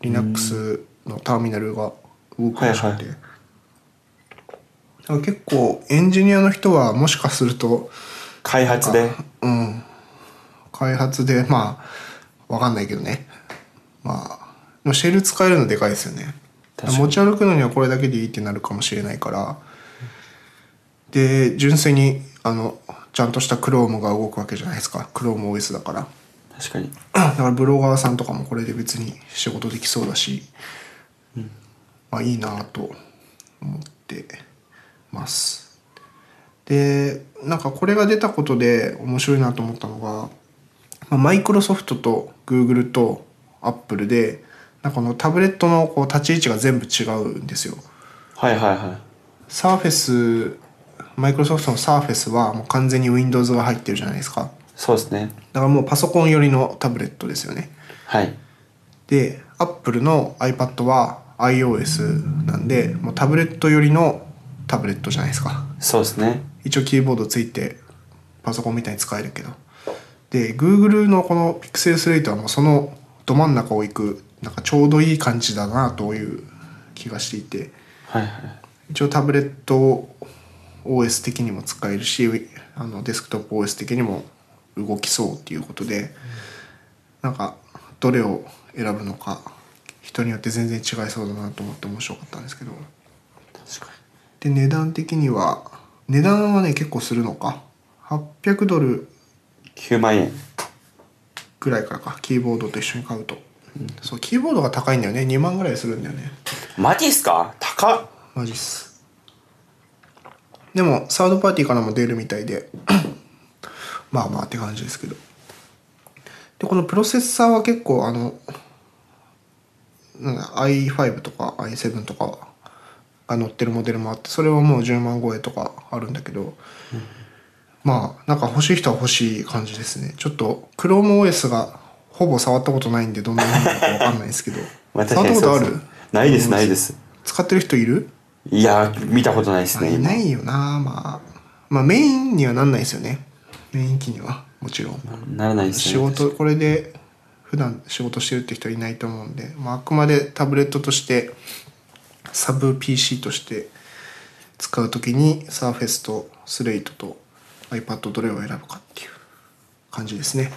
B: Linux のターミナルが動くらしくて、
A: はいは
B: だから結構エンジニアの人はもしかすると
A: 開発で
B: うん開発でまあわかんないけどねまあでもシェル使えるのでかいですよね
A: 確かに
B: 持ち歩くのにはこれだけでいいってなるかもしれないからで純粋にあのちゃんとした Chrome が動くわけじゃないですか ChromeOS だから
A: 確かに
B: だからブロガーさんとかもこれで別に仕事できそうだし、まあいいなと思ってますでなんかこれが出たことで面白いなと思ったのがマイクロソフトとグーグルとアップルでなんかこのタブレットのこう立ち位置が全部違うんですよ
A: はいはいはい
B: サーフェスマイクロソフトのサーフェスはもう完全に Windows が入ってるじゃないですか
A: そうですね
B: だからもうパソコン寄りのタブレットですよね
A: はい
B: で Apple の iPad は iOS なんでもうタブレット寄りのタブレットじゃないですか
A: そうですね
B: 一応キーボードついてパソコンみたいに使えるけどで Google のこの Pixel8 はもうそのど真ん中を行くなんかちょうどいい感じだなという気がしていて
A: はいはい
B: 一応タブレットを OS 的にも使えるしあのデスクトップ OS 的にも動きそうっていうことで、なんかどれを選ぶのか人によって全然違いそうだなと思って面白かったんですけど
A: 確か
B: で値段的には値段はね結構するのか800ドル
A: に9万円
B: ぐらいからかキーボードと一緒に買うと、そうキーボードが高いんだよね2万ぐらいするんだよね
A: マジっすか高っ
B: マジっすでもサードパーティーからも出るみたいで *clears throat* まあまあって感じですけどでこのプロセッサーは結構あのなんだ i5 とか i7 とかが載ってるモデルもあってそれはもう10万超えとかあるんだけどまあなんか欲しい人は欲しい感じですねちょっと ChromeOS がほぼ触ったことないんでどんなものなのか分かんないです
A: *laughs*
B: けど
A: 私
B: 触ったことある
A: ないですないです
B: 使ってる人いる
A: いやー見たことないですね
B: い
A: 今
B: ないよなまあまあメインにはなんないですよねメイン機にはもちろん
A: ならないですね
B: 仕事これで普段仕事してるって人いないと思うんで、まあ、あくまでタブレットとしてサブ PC として使う時に Surface と Slate と iPad どれを選ぶかっていう感じですね。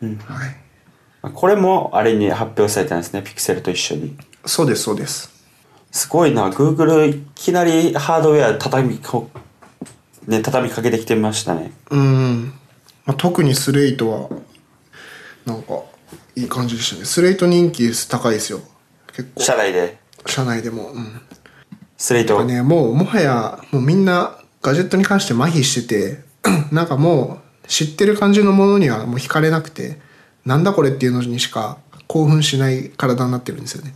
B: はい、
A: これもあれに発表されたんですね、ピクセルと一緒に。
B: そうですそうです。
A: すごいな、Google いきなりハードウェア畳みこ、ね、畳みかけてきてみましたね。
B: うん、まあ、特にスレイトはなんかいい感じでしたねスレイト人気です高いですよ結構
A: 社内で、
B: 社内でもうん
A: スレイ
B: まあ
A: ト、
B: ねもうもはやもうみんなガジェットに関して麻痺してて *clears throat* なんかもう知ってる感じのものにはもう惹かれなくてなんだこれっていうのにしか興奮しない体になってるんですよね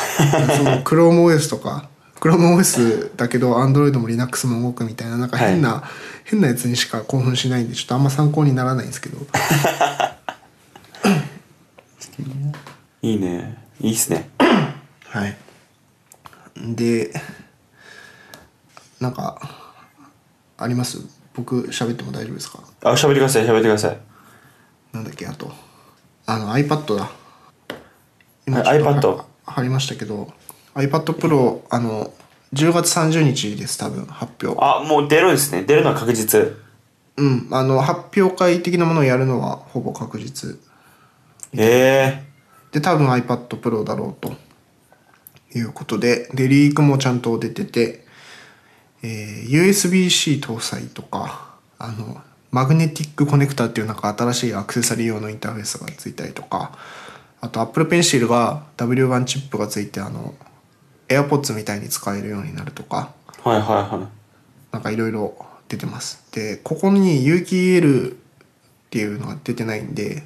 B: *laughs* その ChromeOS とか ChromeOS だけど Android も Linux も動くみたいななんか変な、変なやつにしか興奮しないんでちょっとあんま参考にならないんですけど
A: いいね。いいっすね。
B: はいでなんかあります僕喋っても大丈夫ですか
A: あ、喋ってください、喋ってください。
B: なんだっけあとあの iPad
A: は
B: だ
A: い
B: ちょっと
A: iPad
B: は貼りましたけど iPad Pro あの10月30日です多分発表
A: あ、もう出るんですね。出るのは確実。
B: うんあの発表会的なものをやるのはほぼ確実
A: え
B: で多分 iPad Pro だろうということででリークもちゃんと出てて、えー USB-C 搭載とかあのマグネティックコネクタっていうなんか新しいアクセサリー用のインターフェースがついたりとかあと Apple Pencil が W1 チップがついてあの AirPods みたいに使えるようになるとか
A: えはいはいはい。
B: なんかいろいろ出てますでここに有機 EL っていうのが出てないんで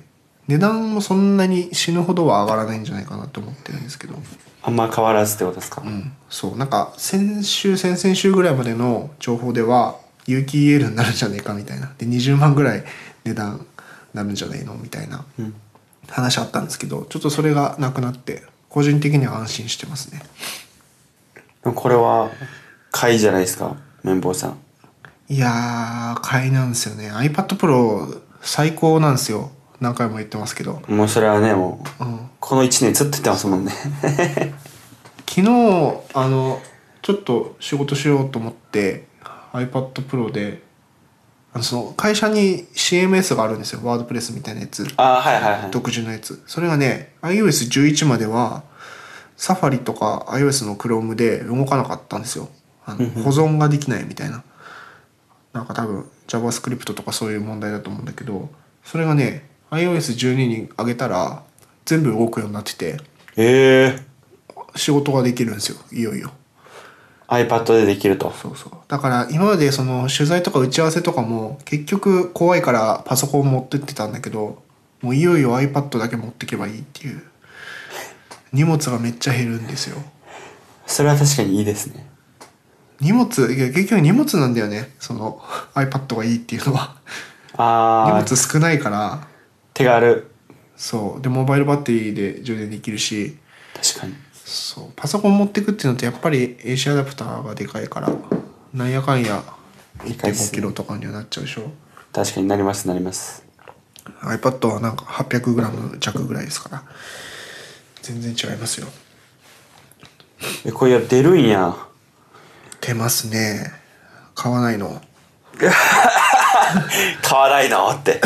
B: 値段もそんなに死ぬほどは上がらないんじゃないかなと思ってるんですけど
A: あんま変わらずってことですか。
B: うんそうなんか先週先々週ぐらいまでの情報では有機 EL になるんじゃねえかみたいなで20万ぐらい値段になるんじゃねえのみたいな
A: うん
B: 話あったんですけどちょっとそれがなくなって個人的には安心してますね
A: でもこれは、買いじゃないですか、綿棒さん。
B: いやー、買いなんですよね。iPad Pro 最高なんですよ。何回も言ってますけど。
A: もうそれはね、もう、
B: うん、
A: この1年ずっと言ってますもんね。
B: 昨日、あの、ちょっと仕事しようと思って、iPad Pro で、あのその会社に CMS があるんですよ。ワードプレスみたいなやつ。
A: *laughs* あ、はいはい *laughs* はい。
B: 独自のやつ。それがね、iOS11 までは、サファリとか iOS の Chrome で動かなかったんですよ。あの保存ができないみたいな。なんか多分 JavaScript とかそういう問題だと思うんだけど、それがね、iOS12 に上げたら全部動くようになってて、
A: ええ
B: 仕事ができるんですよ、いよいよ。
A: iPad でできると。
B: そうそう。だから今までその取材とか打ち合わせとかも結局怖いからパソコン持ってってたんだけど、もういよいよ iPad だけ持ってけばいいっていう。荷物がめっちゃ減るんですよ。
A: それは確かにいいですね。
B: 荷物、いや結局荷物なんだよね。その iPad がいいっていうのは。荷
A: ああ
B: 物、少ないから、
A: 手軽。
B: そう。で、モバイルバッテリーで充電できるし、
A: 確かに。
B: そう。パソコン持ってくっていうのとやっぱり AC アダプターがでかいから、なんやかんや
A: いっす
B: 1.5
A: ね
B: キロとかにはなっちゃうでしょ。
A: 確かになりますなります。
B: iPad はなんか 800g 弱ぐらいですから全然違いますよ
A: え、これは出るんや。
B: 出ますね買わないの
A: 買わないの
B: *laughs*
A: って。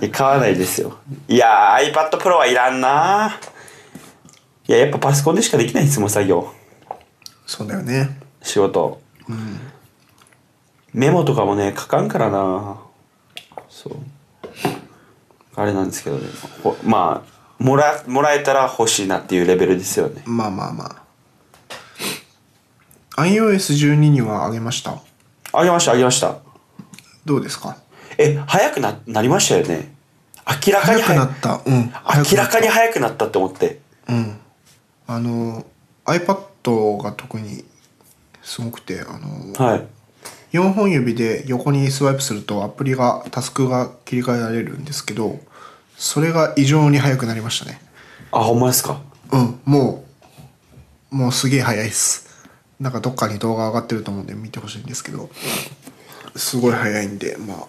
A: いや買わないですよ。いやー、iPad Pro はいらんな。いや、やっぱパソコンでしかできないんですもん、作業。
B: そうだよね
A: 仕事。メモとかもね、書かんからな。そう。あれなんですけどね。ほまあ、もら、もらえたら欲しいなっていうレベルですよね。
B: まあまあまあ iOS12 にはあげました
A: あげました、あげました。
B: どうですか
A: え早くななりましたよね明らかに
B: 早く
A: 早
B: ないったうん
A: 明らかに
B: 早
A: 早
B: く
A: くなったって思って
B: なったうんあの iPad が特にすごくてあの
A: はい
B: 4本指で横にスワイプするとアプリがタスクが切り替えられるんですけどそれが異常に早くなりましたね
A: あほんまですか
B: うんもうもうすげえ早いっすなんかどっかに動画上がってると思うんで見てほしいんですけどすごい早いんでまあ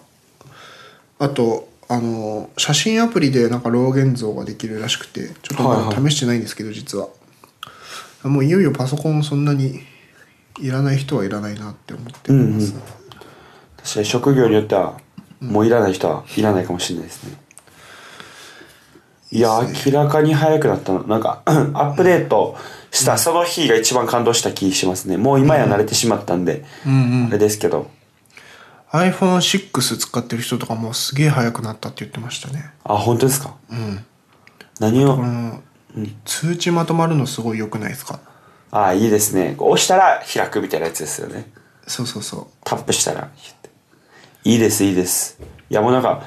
B: あとあの写真アプリでなんかロー現像ができるらしくてちょっと
A: はい
B: ま
A: は
B: だ試してないんですけど、実はもういよいよパソコンそんなにいらない人はいらないなって思ってます、
A: うん確かに職業によってはもういらない人はいらないかもしれないですね、いや明らかに早くなったのなんか *clears throat* アップデートしたその日が一番感動した気しますねもう今や慣れてしまったんで、
B: うんうん
A: あれですけど
B: iPhone6 使ってる人とかもすげえ速くなったって言ってましたね
A: あ本当ですか
B: うん
A: 何を
B: この通知まとまるのすごい良くないですか
A: あいいですね押したら開くみたいなやつですよね
B: そうそうそ
A: タップしたらいいですいいですいやもうなんか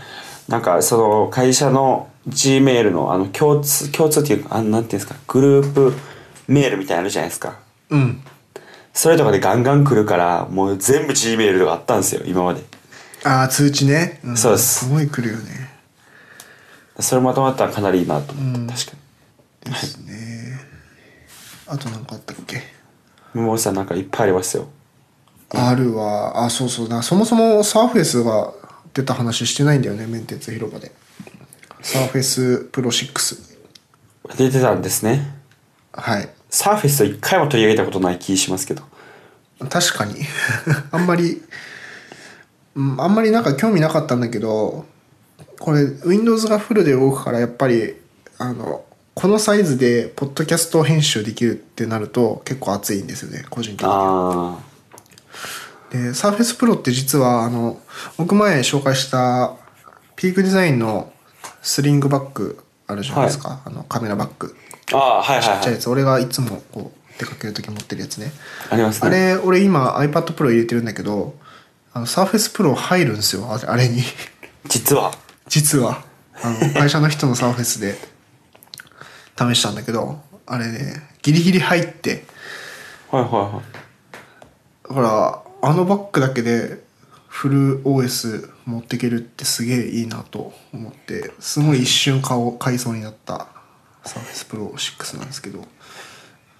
A: なんかその会社の G メールのあの共通共通っていうかあのなんていうんですかグループメールみたいなのあるじゃないですか
B: ううん
A: それとかでガンガン来るからもう全部 G メールとかあったんですよ今まで
B: ああ通知ね、ん
A: そうです
B: すごい来るよね
A: それまとまったらかなりいいなと思って、
B: うん
A: 確か
B: ですねあと何かあったっけ
A: に森さんなんかいっぱいありますよ
B: R はあそうそうなそもそもサーフェスが出た話してないんだよねメンテツ広場でサーフェスプロ6
A: 出てたんですね
B: はい
A: サーフェスを一回も取り上げたことない気しますけど
B: 確かに *laughs* あんまりうんあんまりなんか興味なかったんだけどこれ Windows がフルで動くからやっぱりあのこのサイズでポッドキャスト編集できるってなると結構熱いんですよね個人的に
A: ああ
B: で、サーフェスプロって実は、あの、僕前紹介したピークデザインのスリングバッグあるじゃないですか。あの、カメラバッグ。
A: ああはいはい
B: ちっちゃい
A: は
B: や
A: い
B: つ。俺がいつもこう、出かける時持ってるやつね。
A: ありますね
B: あれ、俺今 iPad Pro 入れてるんだけど、あの、サーフェスプロ入るんですよ。あれあれに。 *laughs*
A: 実は
B: 実は。あの、会社の人のサーフェスで試したんだけど、あれね、ギリギリ入って、
A: はいはいはい
B: だからあのバッグだけでフル OS 持っていけるってすげえいいなと思ってすごい一瞬買おう買いそうになったサーフェスプロ6なんですけど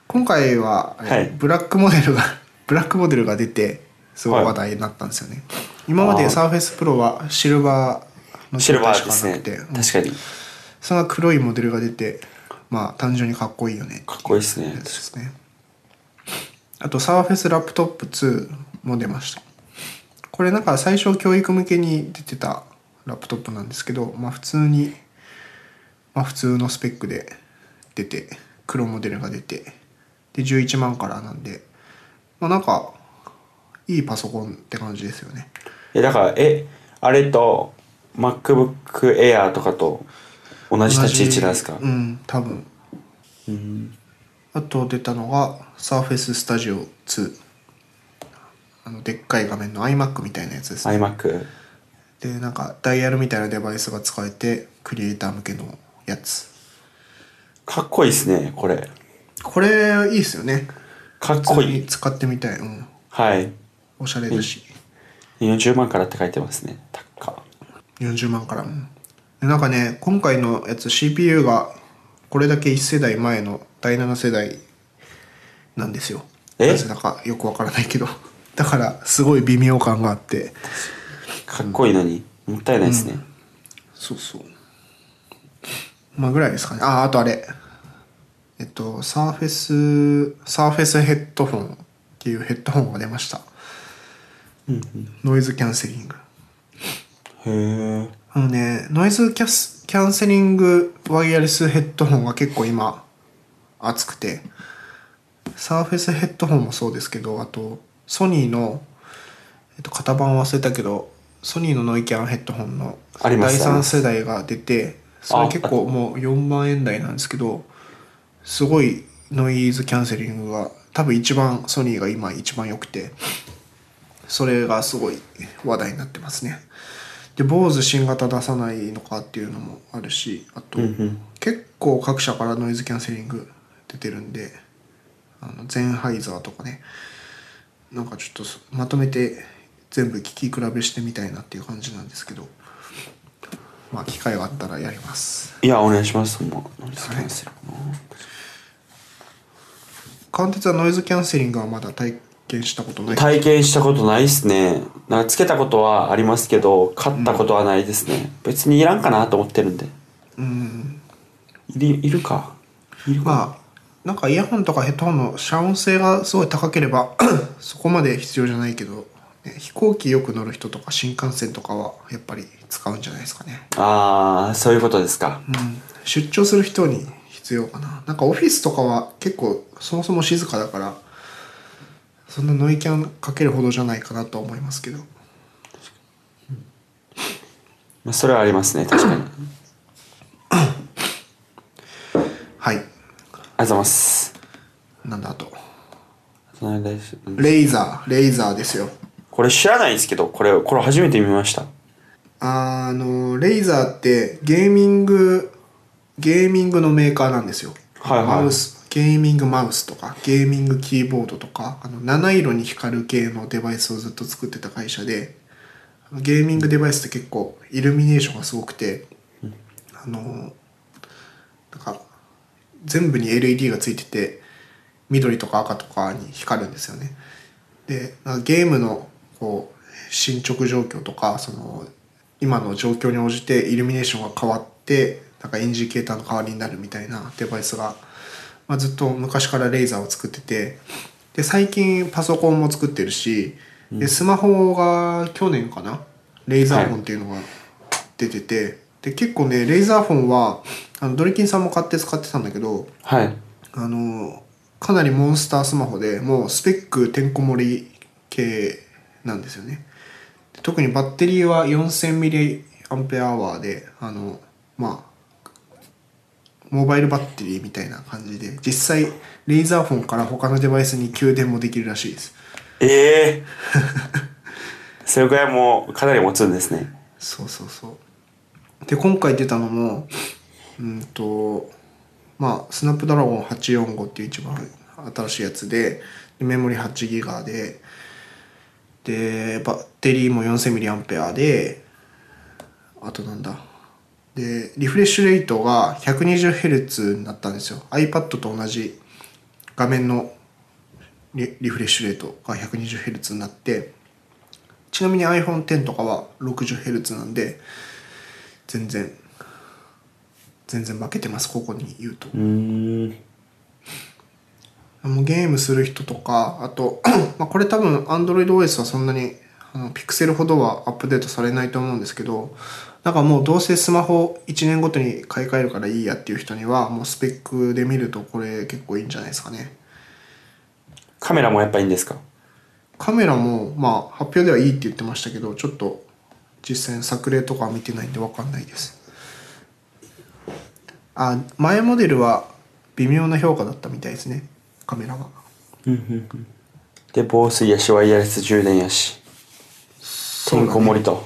B: 今回は、あれ
A: はい
B: ブラックモデルが *laughs* ブラックモデルが出てすごい話題になったんですよね、今ま
A: あ
B: で
A: ー
B: サーフェスプロはシルバーの
A: シ
B: 状
A: ルバ
B: 態
A: ー
B: し
A: で
B: か
A: す
B: なく
A: ね
B: て、うん
A: 確かに
B: その黒いモデルが出てまあ単純にかっこいいよね
A: かっこいいですね
B: やつですねあとサーフェスラップトップ2も出ましたこれなんか最初教育向けに出てたラップトップなんですけどまあ普通にまあ普通のスペックで出て黒モデルが出てで11万からなんでまあなんかいいパソコンって感じですよね
A: えだからえあれと MacBook Air とかと同じ立ち位置なんですか
B: 同じうん多分
A: うん
B: あと出たのが Surface Studio 2あのでっかい画面の iMac みたいなやつですね
A: iMac
B: でなんかダイヤルみたいなデバイスが使えてクリエイター向けのやつ
A: かっこいいですねこれ
B: これいいっすよね
A: かっこ
B: 普通
A: い
B: に
A: い
B: 使ってみたいうん
A: はい
B: おしゃれだし
A: 40万からって書いてますね高っ
B: 40万からもでなんかね今回のやつ CPU がこれだけ1世代前の第7世代なんですよ
A: え
B: なぜだかよくわからないけど *laughs* だからすごい微妙感があって
A: かっこいいのに、もったいないですね、
B: そうそう。まあぐらいですかね。あ、あとあれ。えっと、サーフェス、サーフェスヘッドフォンっていうヘッドホンが出ました。ノイズキャンセリング。
A: へえ
B: あのね、ノイズキャスキャンセリングワイヤレスヘッドホンが結構今熱くて、サーフェスヘッドホンもそうですけど、あとソニーの、えっと、型番忘れたけど、ソニーのノイキャンヘッドホンの
A: あ
B: 第
A: ります
B: 3世代が出て、それ
A: あ
B: 結構もう4万円台なんですけど、すごいノイズキャンセリングが多分一番ソニーが今一番良くてそれがすごい話題になってますねで BOSE 新型出さないのかっていうのもあるしあと、結構各社からノイズキャンセリング出てるんであのゼンハイザーとかねなんかちょっとそまとめて全部聞き比べしてみたいなっていう感じなんですけどまあ機会があったらやります
A: いやお願いしますもうノイズキャンセル
B: 貫徹はノイズキャンセリングはまだ体験したことない
A: 体験したことないですねなんかつけたことはありますけど買ったことはないですね、別にいらんかなと思ってるんで
B: うん
A: いりいるかいるか
B: まあなんかイヤホンとかヘッドホンの遮音性がすごい高ければ *clears throat* そこまで必要じゃないけど、ね飛行機よく乗る人とか新幹線とかはやっぱり使うんじゃないですかね、
A: ああそういうことですか、
B: うん、出張する人に必要かななんかオフィスとかは結構そもそも静かだからそんなノイキャンかけるほどじゃないかなとは思いますけど
A: まあ、それはありますね *coughs* 確かにありがとう
B: はい
A: ございます
B: なんだあと
A: その間ですうん
B: レイザーレイザーですよ
A: これ知らないんですけどこれこれ初めて見ました
B: あのレイザーってゲーミングゲーミングのメーカーなんですよ、
A: はいはい
B: マウスゲーミングマウスとかゲーミングキーボードとかあの七色に光る系のデバイスをずっと作ってた会社であのゲーミングデバイスって結構イルミネーションがすごくてあのなんか全部に LED がついてて緑とか赤とかに光るんですよねでなんかゲームのこう進捗状況とかその今の状況に応じてイルミネーションが変わってなんかインジケーターの代わりになるみたいなデバイスが、まあ、ずっと昔からレーザーを作っててで最近パソコンも作ってるしでスマホが去年かなレーザーフォンっていうのが出てて、で結構ねレーザーフォンはあのドリキンさんも買って使ってたんだけど
A: はい
B: あのかなりモンスタースマホでもうスペックてんこ盛り系なんですよね特にバッテリーは 4000mAh であのまあモバイルバッテリーみたいな感じで実際レイザーフォンから他のデバイスに給電もできるらしいです
A: ええ *laughs* それぐらいもうかなり持つんですね
B: そうそうそうで今回出たのもうんとまあスナップドラゴン845っていう一番新しいやつででメモリ8ギガででバッテリーも 4000mAh であとなんだでリフレッシュレートが 120Hz になったんですよ iPad と同じ画面のリリフレッシュレートが 120Hz になってちなみに iPhone X とかは 60Hz なんで全然全然負けてますここに言うと
A: うーん
B: もうゲームする人とかあと *clears throat* まあこれ多分 AndroidOS はそんなにあのピクセルほどはアップデートされないと思うんですけどなんかもうどうせスマホ1年ごとに買い替えるからいいやっていう人にはもうスペックで見るとこれ結構いいんじゃないですかね
A: カメラもやっぱいいんですか
B: カメラもまあ発表ではいいって言ってましたけどちょっと実際の作例とかは見てないんで分かんないですあ前モデルは微妙な評価だったみたいですねカメラは
A: で防水やしワイヤレス充電やしてんこ盛りと、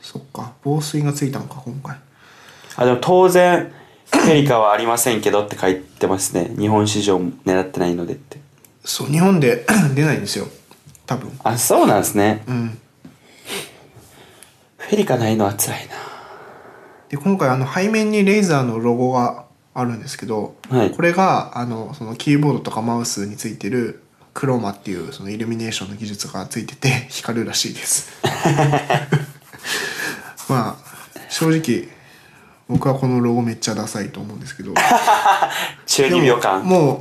B: そっか防水がついたのか今回
A: あでも当然ペリカはありませんけどって書いてますね日本市場狙ってないのでって
B: そう日本で *coughs* 出ないんですよ多分
A: あそうなんですね
B: うん
A: フェリカないのは辛いな
B: で今回あの背面にレイザーのロゴがあるんですけど、
A: はい
B: これがあのそのキーボードとかマウスについてるクローマっていうそのイルミネーションの技術がついてて *laughs* 光るらしいです *laughs* まあ正直僕はこのロゴめっちゃダサいと思うんで
A: *laughs*
B: すけど
A: 12秒間
B: も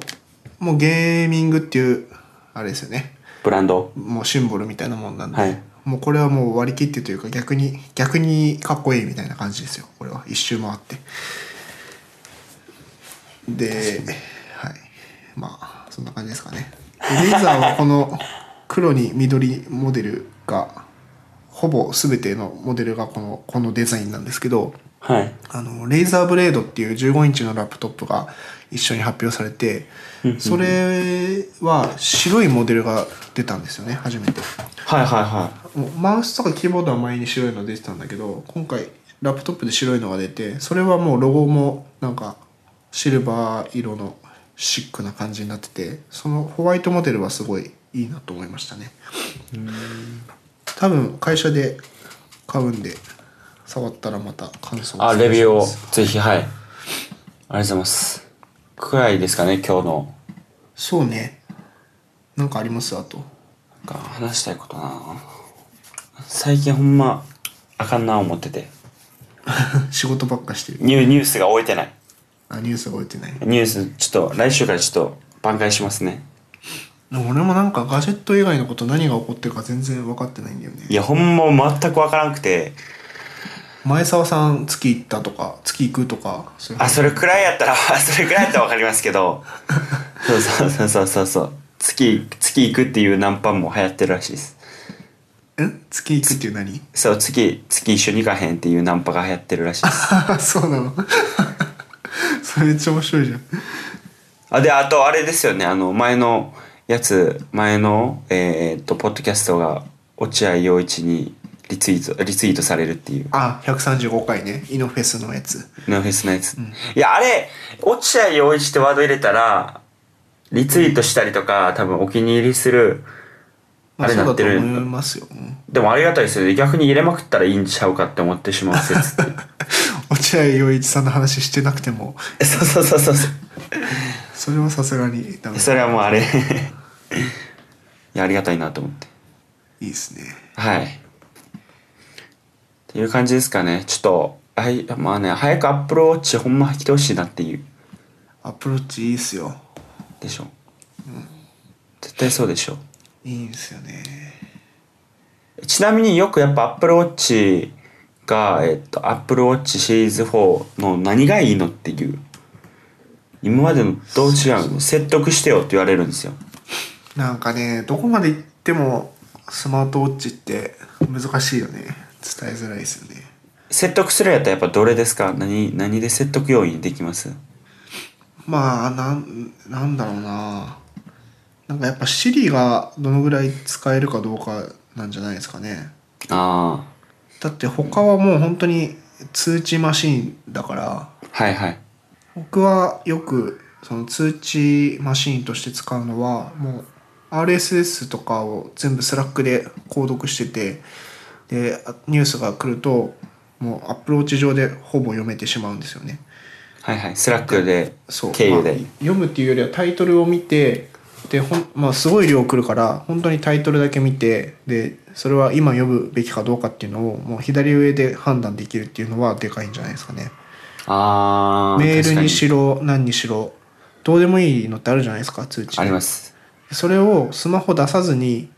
B: うもうゲーミングっていうあれですよね
A: ブランド
B: もうシンボルみたいなもんなんで、
A: はい
B: もうこれはもう割り切ってというか逆に逆にかっこいいみたいな感じですよこれは一周回ってではいまあそんな感じですかねでレイザーはこの黒に緑モデルがほぼ全てのモデルがこのこのデザインなんですけど
A: はい
B: あのレイザーブレードっていう15インチのラップトップが一緒に発表されてそれは白いモデルが出たんですよね初めて
A: はいはいは
B: もうマウスとかキーボードは前に白いの出てたんだけど今回ラップトップで白いのが出てそれはもうロゴもなんかシルバー色のシックな感じになっててそのホワイトモデルはすごいいいなと思いましたね多分会社で買うんで触ったらまた感想
A: あレビューをぜひはいありがとうございますくらいですかね今日の
B: そうね。なんかありますあと。 *laughs*
A: なんか話したいことな最近ほんまあかんな思ってて
B: 仕事ばっかしてる。
A: ニュニュースが置いてない
B: あニュース覚えてない
A: ニュースちょっと来週からちょっと挽回しますね
B: 俺もなんかガジェット以外のこと何が起こってるか全然分かってないんだよね
A: いやほんま全くわからなくて
B: 前澤さん月行ったとか月行くとかそういう
A: あそれくらいやったら *laughs* それくらいやったらわかりますけどそうそうそうそうそうそう月月行くっていうナンパも流行ってるらしいです
B: ん月行くっていう何 *laughs*
A: そう月月一緒に行かへんっていうナンパが流行ってるらしいです
B: あそうなの *laughs* それめっちゃ面白いじゃん
A: あであとあれですよねあの前のやつ前のえーっとポッドキャストが落合陽一にリツイートリツイートされるっていう
B: あ135回ねイノフェスのやつ
A: ノーフェスのやつ、いやあれ落合陽一ってワード入れたらリツイートしたりとか多分お気に入りする
B: ま
A: あれなってる
B: そうだと思いますよ、うん *laughs*
A: でもありがたいですよね逆に入れまくったらいいんちゃうかって思ってしまう説
B: 落合陽一さんの話してなくても
A: *laughs* そうそうそうそうそう
B: それはさすがにダメ
A: それはもうあれ *laughs* いやありがたいなと思って
B: いいですね
A: はいっていう感じですかねちょっとはいまあね早くアップローチほんま来てほしいなっていう
B: アプローチいいっすよ
A: でしょ、絶対そうでしょ
B: いいんすよね
A: ちなみによくやっぱアップローチが、えっと、アップルウォッチシリーズ4の何がいいのっていう今までのどう違うの説得してよって言われるんですよ
B: なんかねどこまで行ってもスマートウォッチって難しいよね伝えづらいですよね
A: 説得するやったらやっぱどれですか何何で説得要因できます
B: まあなんなんだろうななんかやっぱ Siri がどのぐらい使えるかどうかなんじゃないですかね
A: あ
B: だって他はもう本当に通知マシンだから
A: あはいはい
B: 僕はよくその通知マシンとして使うのはもう RSS とかを全部スラックで購読しててでニュースが来るともうアプローチ上でほぼ読めてしまうんですよね。
A: はいはいスラックで
B: そう
A: 経由で、
B: まあ読むっていうよりはタイトルを見てでほん、まあ、すごい量来るから本当にタイトルだけ見てでそれは今読むべきかどうかっていうのをもう左上で判断できるっていうのはでかいんじゃないですかね。
A: ああ
B: メールにしろ何にしろどうでもいいのってあるじゃないですか通知
A: あります
B: それをスマホ出さずに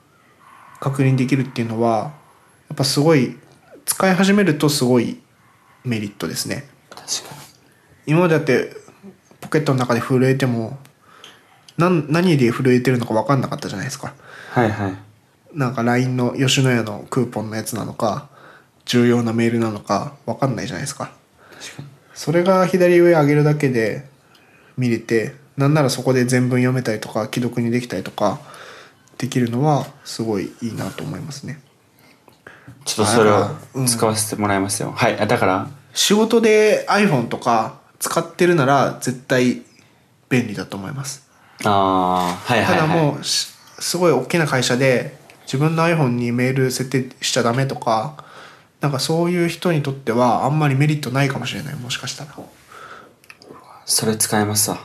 B: 確認できるっていうのはやっぱすごい使い始めるとすごいメリットですね
A: 確か
B: 今までだってポケットの中で震えても何何で震えてるのか分かんなかったじゃないですか
A: にはいはい
B: なんか LINE の吉野家のクーポンのやつなのか重要なメールなのか分かんないじゃないですか
A: 確かに
B: それが左上上げるだけで見れてなんならそこで全文読めたりとか既読にできたりとかできるのはすごいいいなと思いますね
A: ちょっとそれ
B: あだ
A: を
B: からうん
A: 使わせてもらいますよ、はいあだから
B: 仕事で iPhone とか使ってるなら絶対便利だと思います
A: ああはいは
B: た
A: い、はい、
B: だもうしすごい大きな会社で自分の iPhone にメール設定しちゃダメとかなんかそういう人にとってはあんまりメリットないかもしれないもしかしたら
A: それ使えますわ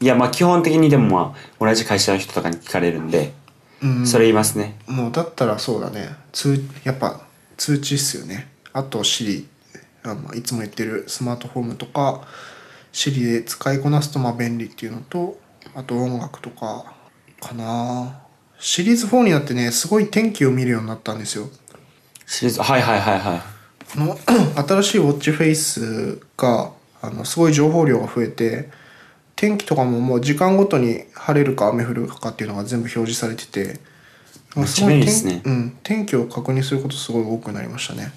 A: いやまあ基本的にでもまあ同じ会社の人とかに聞かれるんで、
B: うん
A: それ言いますね
B: もうだったらそうだね通やっぱ通知っすよねあと Siri あのいつも言ってるスマートフォームとか Siri で使いこなすとまあ便利っていうのとあと音楽とかかなシリーズ4になってねすごい天気を見るようになったんですよ
A: シリーズはいはいはいはい
B: この *clears throat* 新しいウォッチフェイスがあのすごい情報量が増えて天気とかももう時間ごとに晴れるか雨降るかっていうのが全部表示されてて
A: めっちゃ便利ですね
B: ごい天うん、天気を確認することすごい多くなりましたね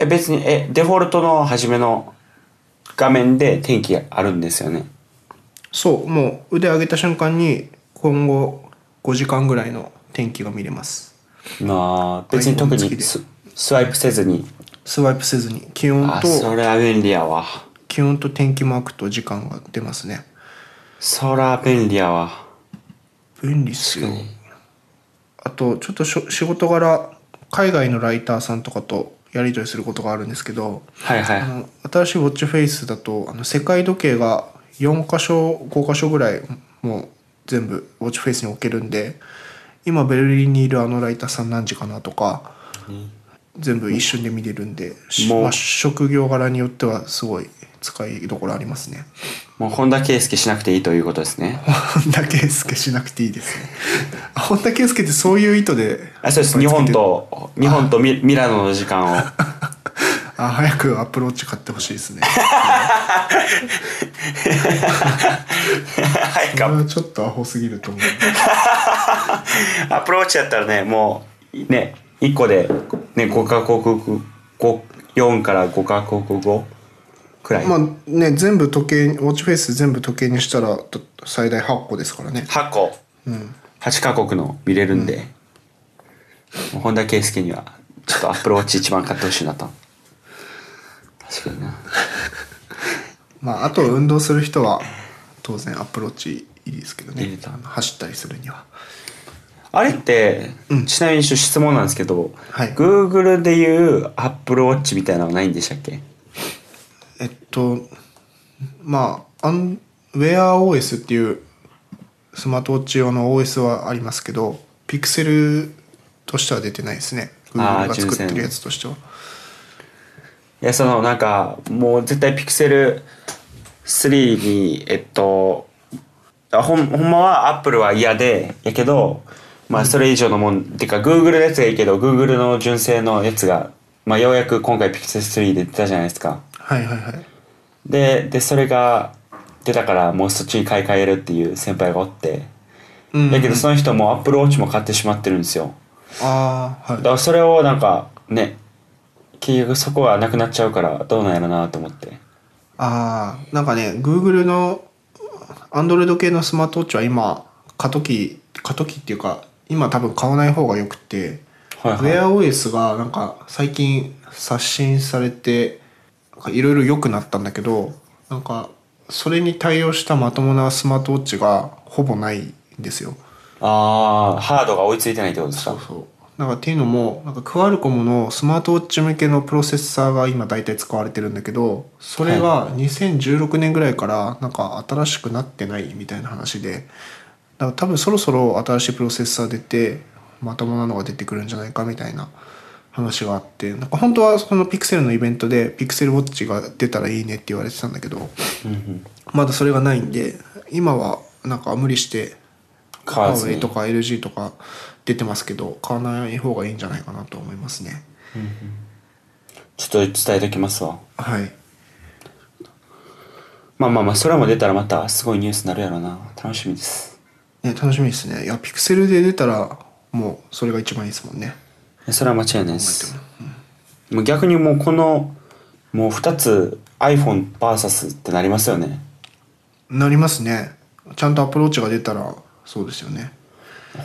A: え別にえデフォルトの初めの画面で天気あるんですよね
B: そうもう腕上げた瞬間に今後5時間ぐらいの天気が見れます
A: まあ別に特
B: アイコン付
A: に
B: きで
A: ススワイプせずに
B: スワイプせずに気温
A: あそ
B: と
A: れは便利やわ
B: 気温と天気マークと時間が出ますね
A: そら便利やわ
B: 便利っすよあとちょっとしょ仕事柄海外のライターさんとかとやり取りすることがあるんですけど
A: はいはい
B: あの新しいウォッチフェイスだとあの世界時計が4箇所5箇所ぐらいもう全部ウォッチフェイスに置けるんで今ベルリンにいるあのライターさん何時かなとか、全部一瞬で見れるんで、し
A: もう
B: まあ、職業柄によってはすごい使いどころありますね。
A: もう本田圭佑しなくていいということですね。
B: 本田圭佑しなくていいですね。あ本田圭佑ってそういう意図で
A: あそうです。日本と、日本とミミラノの時間を。
B: あ早くアプローチ買ってほしい
A: *laughs*
B: ですね。
A: はい
B: これはちょっとアホすぎると思う。
A: *laughs* アプローチやったらね、もう、ね、1個で、ね、5カ国語、4から5カ国語くらい。
B: まあね全部時計ウォッチフェイス全部時計にしたらと最大8個ですからね。
A: 8個、8カ国の見れるんで、もう本田圭佑には、ちょっとアップルウォッチ一番買ってほしいなと。確かにな。
B: まああと運動する人は当然アプローチいいですけど
A: いい
B: ね
A: です。
B: 走ったりするには。
A: あれって、ちなみに質問なんですけど、
B: はい
A: Google でいうアップルウォッチみたいなのはないんでしたっけ
B: えっとまあアンウェア OS っていうスマートウォッチ用の OS はありますけどピクセルとしては出てないですね
A: あー
B: Google が作ってるやつとしてはい
A: やそのなんかもう絶対ピクセル3にえっとあほんほんまはアップルは嫌でやけどまあそれ以上のもん、てか Google のやつがいいけど Google の純正のやつが、まあ、ようやく今回ピクセル3で出たじゃないですか
B: はいはいはい
A: ででそれが出たからもうそっちに買い替えるっていう先輩がおって
B: うん
A: やけどその人もアップルウォッチも買ってしまってるんですよ
B: ああ
A: だ
B: は
A: からそれをなんかね結局そこがなくなっちゃうからどうなんやろなと思って
B: いああなんかね Google の Android 系のスマートウォッチは今過渡期過渡期っていうか今多分買わない方がよくて
A: はいはい
B: ウェア OS がなんか最近刷新されてなんかいろいろ良くなったんだけどなんかそれに対応したまともなスマートウォッチがほぼないんですよ。
A: ああハードが追いついてないってことですか
B: そうそうなんかっていうのもなんかクアルコムのスマートウォッチ向けのプロセッサーが今大体使われてるんだけどそれが2016年ぐらいからなんか新しくなってないみたいな話でだから多分そろそろ新しいプロセッサー出てまともなのが出てくるんじゃないかみたいな話があってなんか本当はそのピクセルのイベントでピクセルウォッチが出たらいいねって言われてたんだけどまだそれがないんで今はなんか無理して
A: 買わ
B: ハーウ
A: ず
B: ェイ
A: に
B: とか LG とか出てますけど買わない方がいいんじゃないかなと思いますね
A: ちょっと伝えときますわ
B: はい
A: まあまあまあそれも出たらまたすごいニュースになるやろな楽しみです
B: ね楽しみですねいやピクセルで出たらもうそれが一番いいですもんね
A: それは間違いないですもう逆にもうこのもう2つ iPhoneVS ってなりますよね
B: なりますねちゃんとアプローチが出たらそうですよね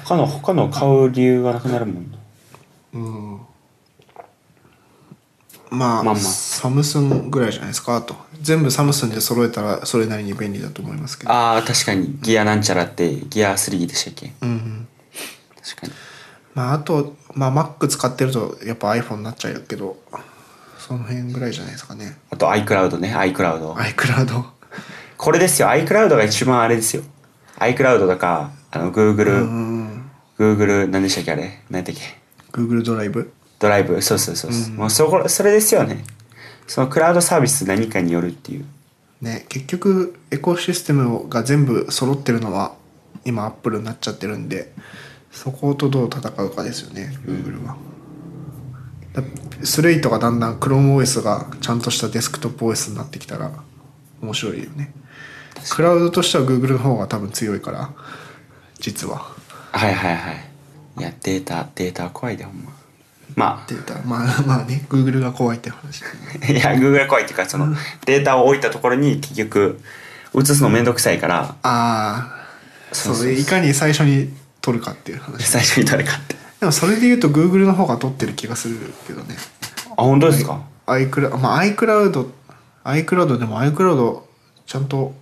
A: 他の他の買う理由がなくなるもんな
B: まあ、
A: まあまあ
B: サムスンぐらいじゃないですかあと全部サムスンで揃えたらそれなりに便利だと思いますけど
A: あー確かにギアなんちゃらってギア3でしたっけ
B: うんうん
A: 確かに
B: まああとまあ Mac 使ってるとやっぱ iPhone になっちゃうけどその辺ぐらいじゃないですかね
A: あと iCloud ね iCloud
B: iCloud
A: これですよ iCloud が一番あれですよ iCloud とかあの Google、
B: うん
A: Google 何でしたっけあれ何だっけ
B: Google ドライブ
A: ドライブそうそうそうそう、もうそこそれですよねそのクラウドサービス何かによるっていう
B: ね結局エコシステムが全部揃ってるのは今アップルになっちゃってるんでそことどう戦うかですよね Google は。だスレイトがだんだん ChromeOS がちゃんとしたデスクトップ OS になってきたら面白いよね。クラウドとしては Google の方が多分強いから実は
A: はいはいはいいやデータデータは怖いでほんまま
B: データまあ *laughs* まあね Google が怖いって話。
A: あいや Google は怖いっていうかそのデータを置いたところに結局移すのめんどくさいから
B: ああ
A: そうそうそう
B: それいかに最初に取るかっていう話。
A: 最初に誰かって
B: でもそれで言うと Google の方が取ってる気がするけどね。
A: あ本当ですか、
B: iCloud、まあ iCloud、iCloud でも iCloud ちゃんと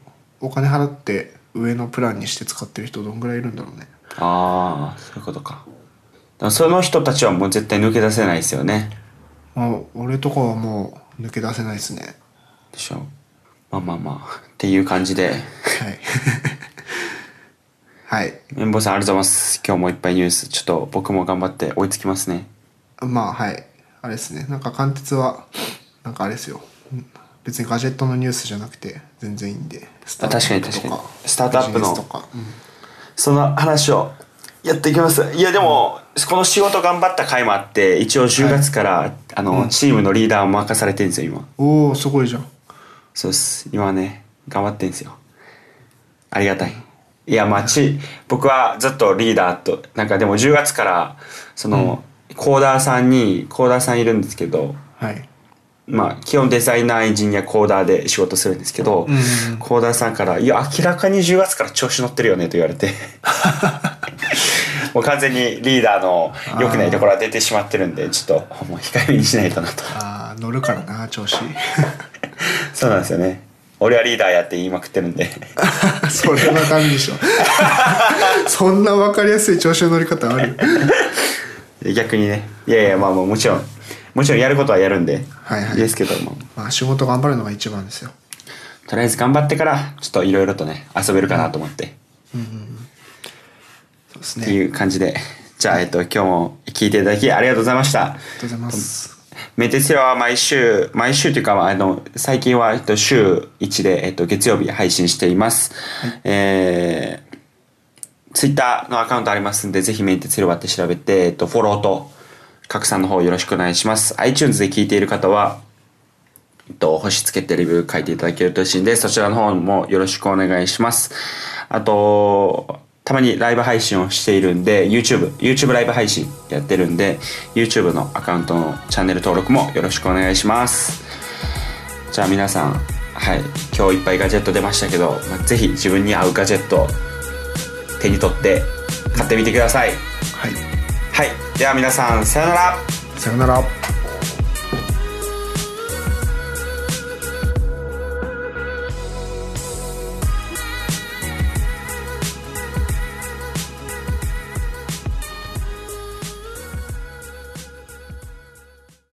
B: お金払って上のプランにして使ってる人どんぐらいいるんだろうね。
A: ああそういうことかでもその人たちはもう絶対抜け出せないですよね
B: まあ俺とかはもう抜け出せないですね。
A: でしょまあまあまあっていう感じで
B: はい。 *laughs* はい。
A: 綿棒さんありがとうございます今日もいっぱいニュースちょっと僕も頑張って追いつきますね
B: まあはい。あれですねなんか貫徹はなんかあれですようん別にガジェットのニュースじゃなくて全然いいんでス
A: あ確かに確かにスタートアップの
B: ビジネスとか、うん
A: その話をやっていきますいやでも、この仕事頑張った回もあって一応10月から、あのチームのリーダーを任されてるんですよ今
B: おおすごいじゃん
A: そうです今ね頑張ってるんですよありがたいいやまあち僕はずっとリーダーとなんかでも10月からその、コーダーさんにコーダーさんいるんですけど
B: はい
A: まあ基本デザイナーエンジニアコーダーで仕事するんですけど、
B: うんうんうん
A: コーダーさんから「いや明らかに10月から調子乗ってるよね」と言われ
B: *laughs*
A: てもう完全にリーダーの良くないところは出てしまってるんでちょっともう控えめにしないとなと *laughs*
B: あー乗るからな調子 *laughs*
A: そうなんですよね俺はリーダーやって言いまくってるん
B: *laughs*
A: で
B: それはダメでしょ *laughs* そんな分かりやすい調子の乗り方ある
A: 逆にねいやいやまあまあもちろんもちろんやることはやるんで、
B: はいはい
A: ですけども
B: まあ仕事頑張るのが一番ですよ
A: とりあえず頑張ってからちょっといろいろとね遊べるかなと思って、
B: そうです
A: っ
B: ねあ
A: て
B: り
A: いう感じでじゃあ、えっと、今日も聞いていただきありがとうございました
B: がとうございます
A: メテセラは毎週、毎週というか、まああの、最近は、えっと、週1で、えっと、月曜日配信しています。えー、ツイッターのアカウントありますんで、ぜひメンテセラバって調べて、えっと、フォローと拡散の方よろしくお願いします。iTunes で聞いている方は、えっと、星つけてレビュー書いていただけると嬉しいんで、そちらの方もよろしくお願いします。あと、たまにライブ配信をしているんで、YouTube、YouTube ライブ配信やってるんで、YouTube のアカウントのチャンネル登録もよろしくお願いします。じゃあ皆さん、はい、今日いっぱいガジェット出ましたけど、まあ、ぜひ自分に合うガジェットを手に取って買ってみてください。
B: はい
A: はい、では皆さん、さよなら
B: さよなら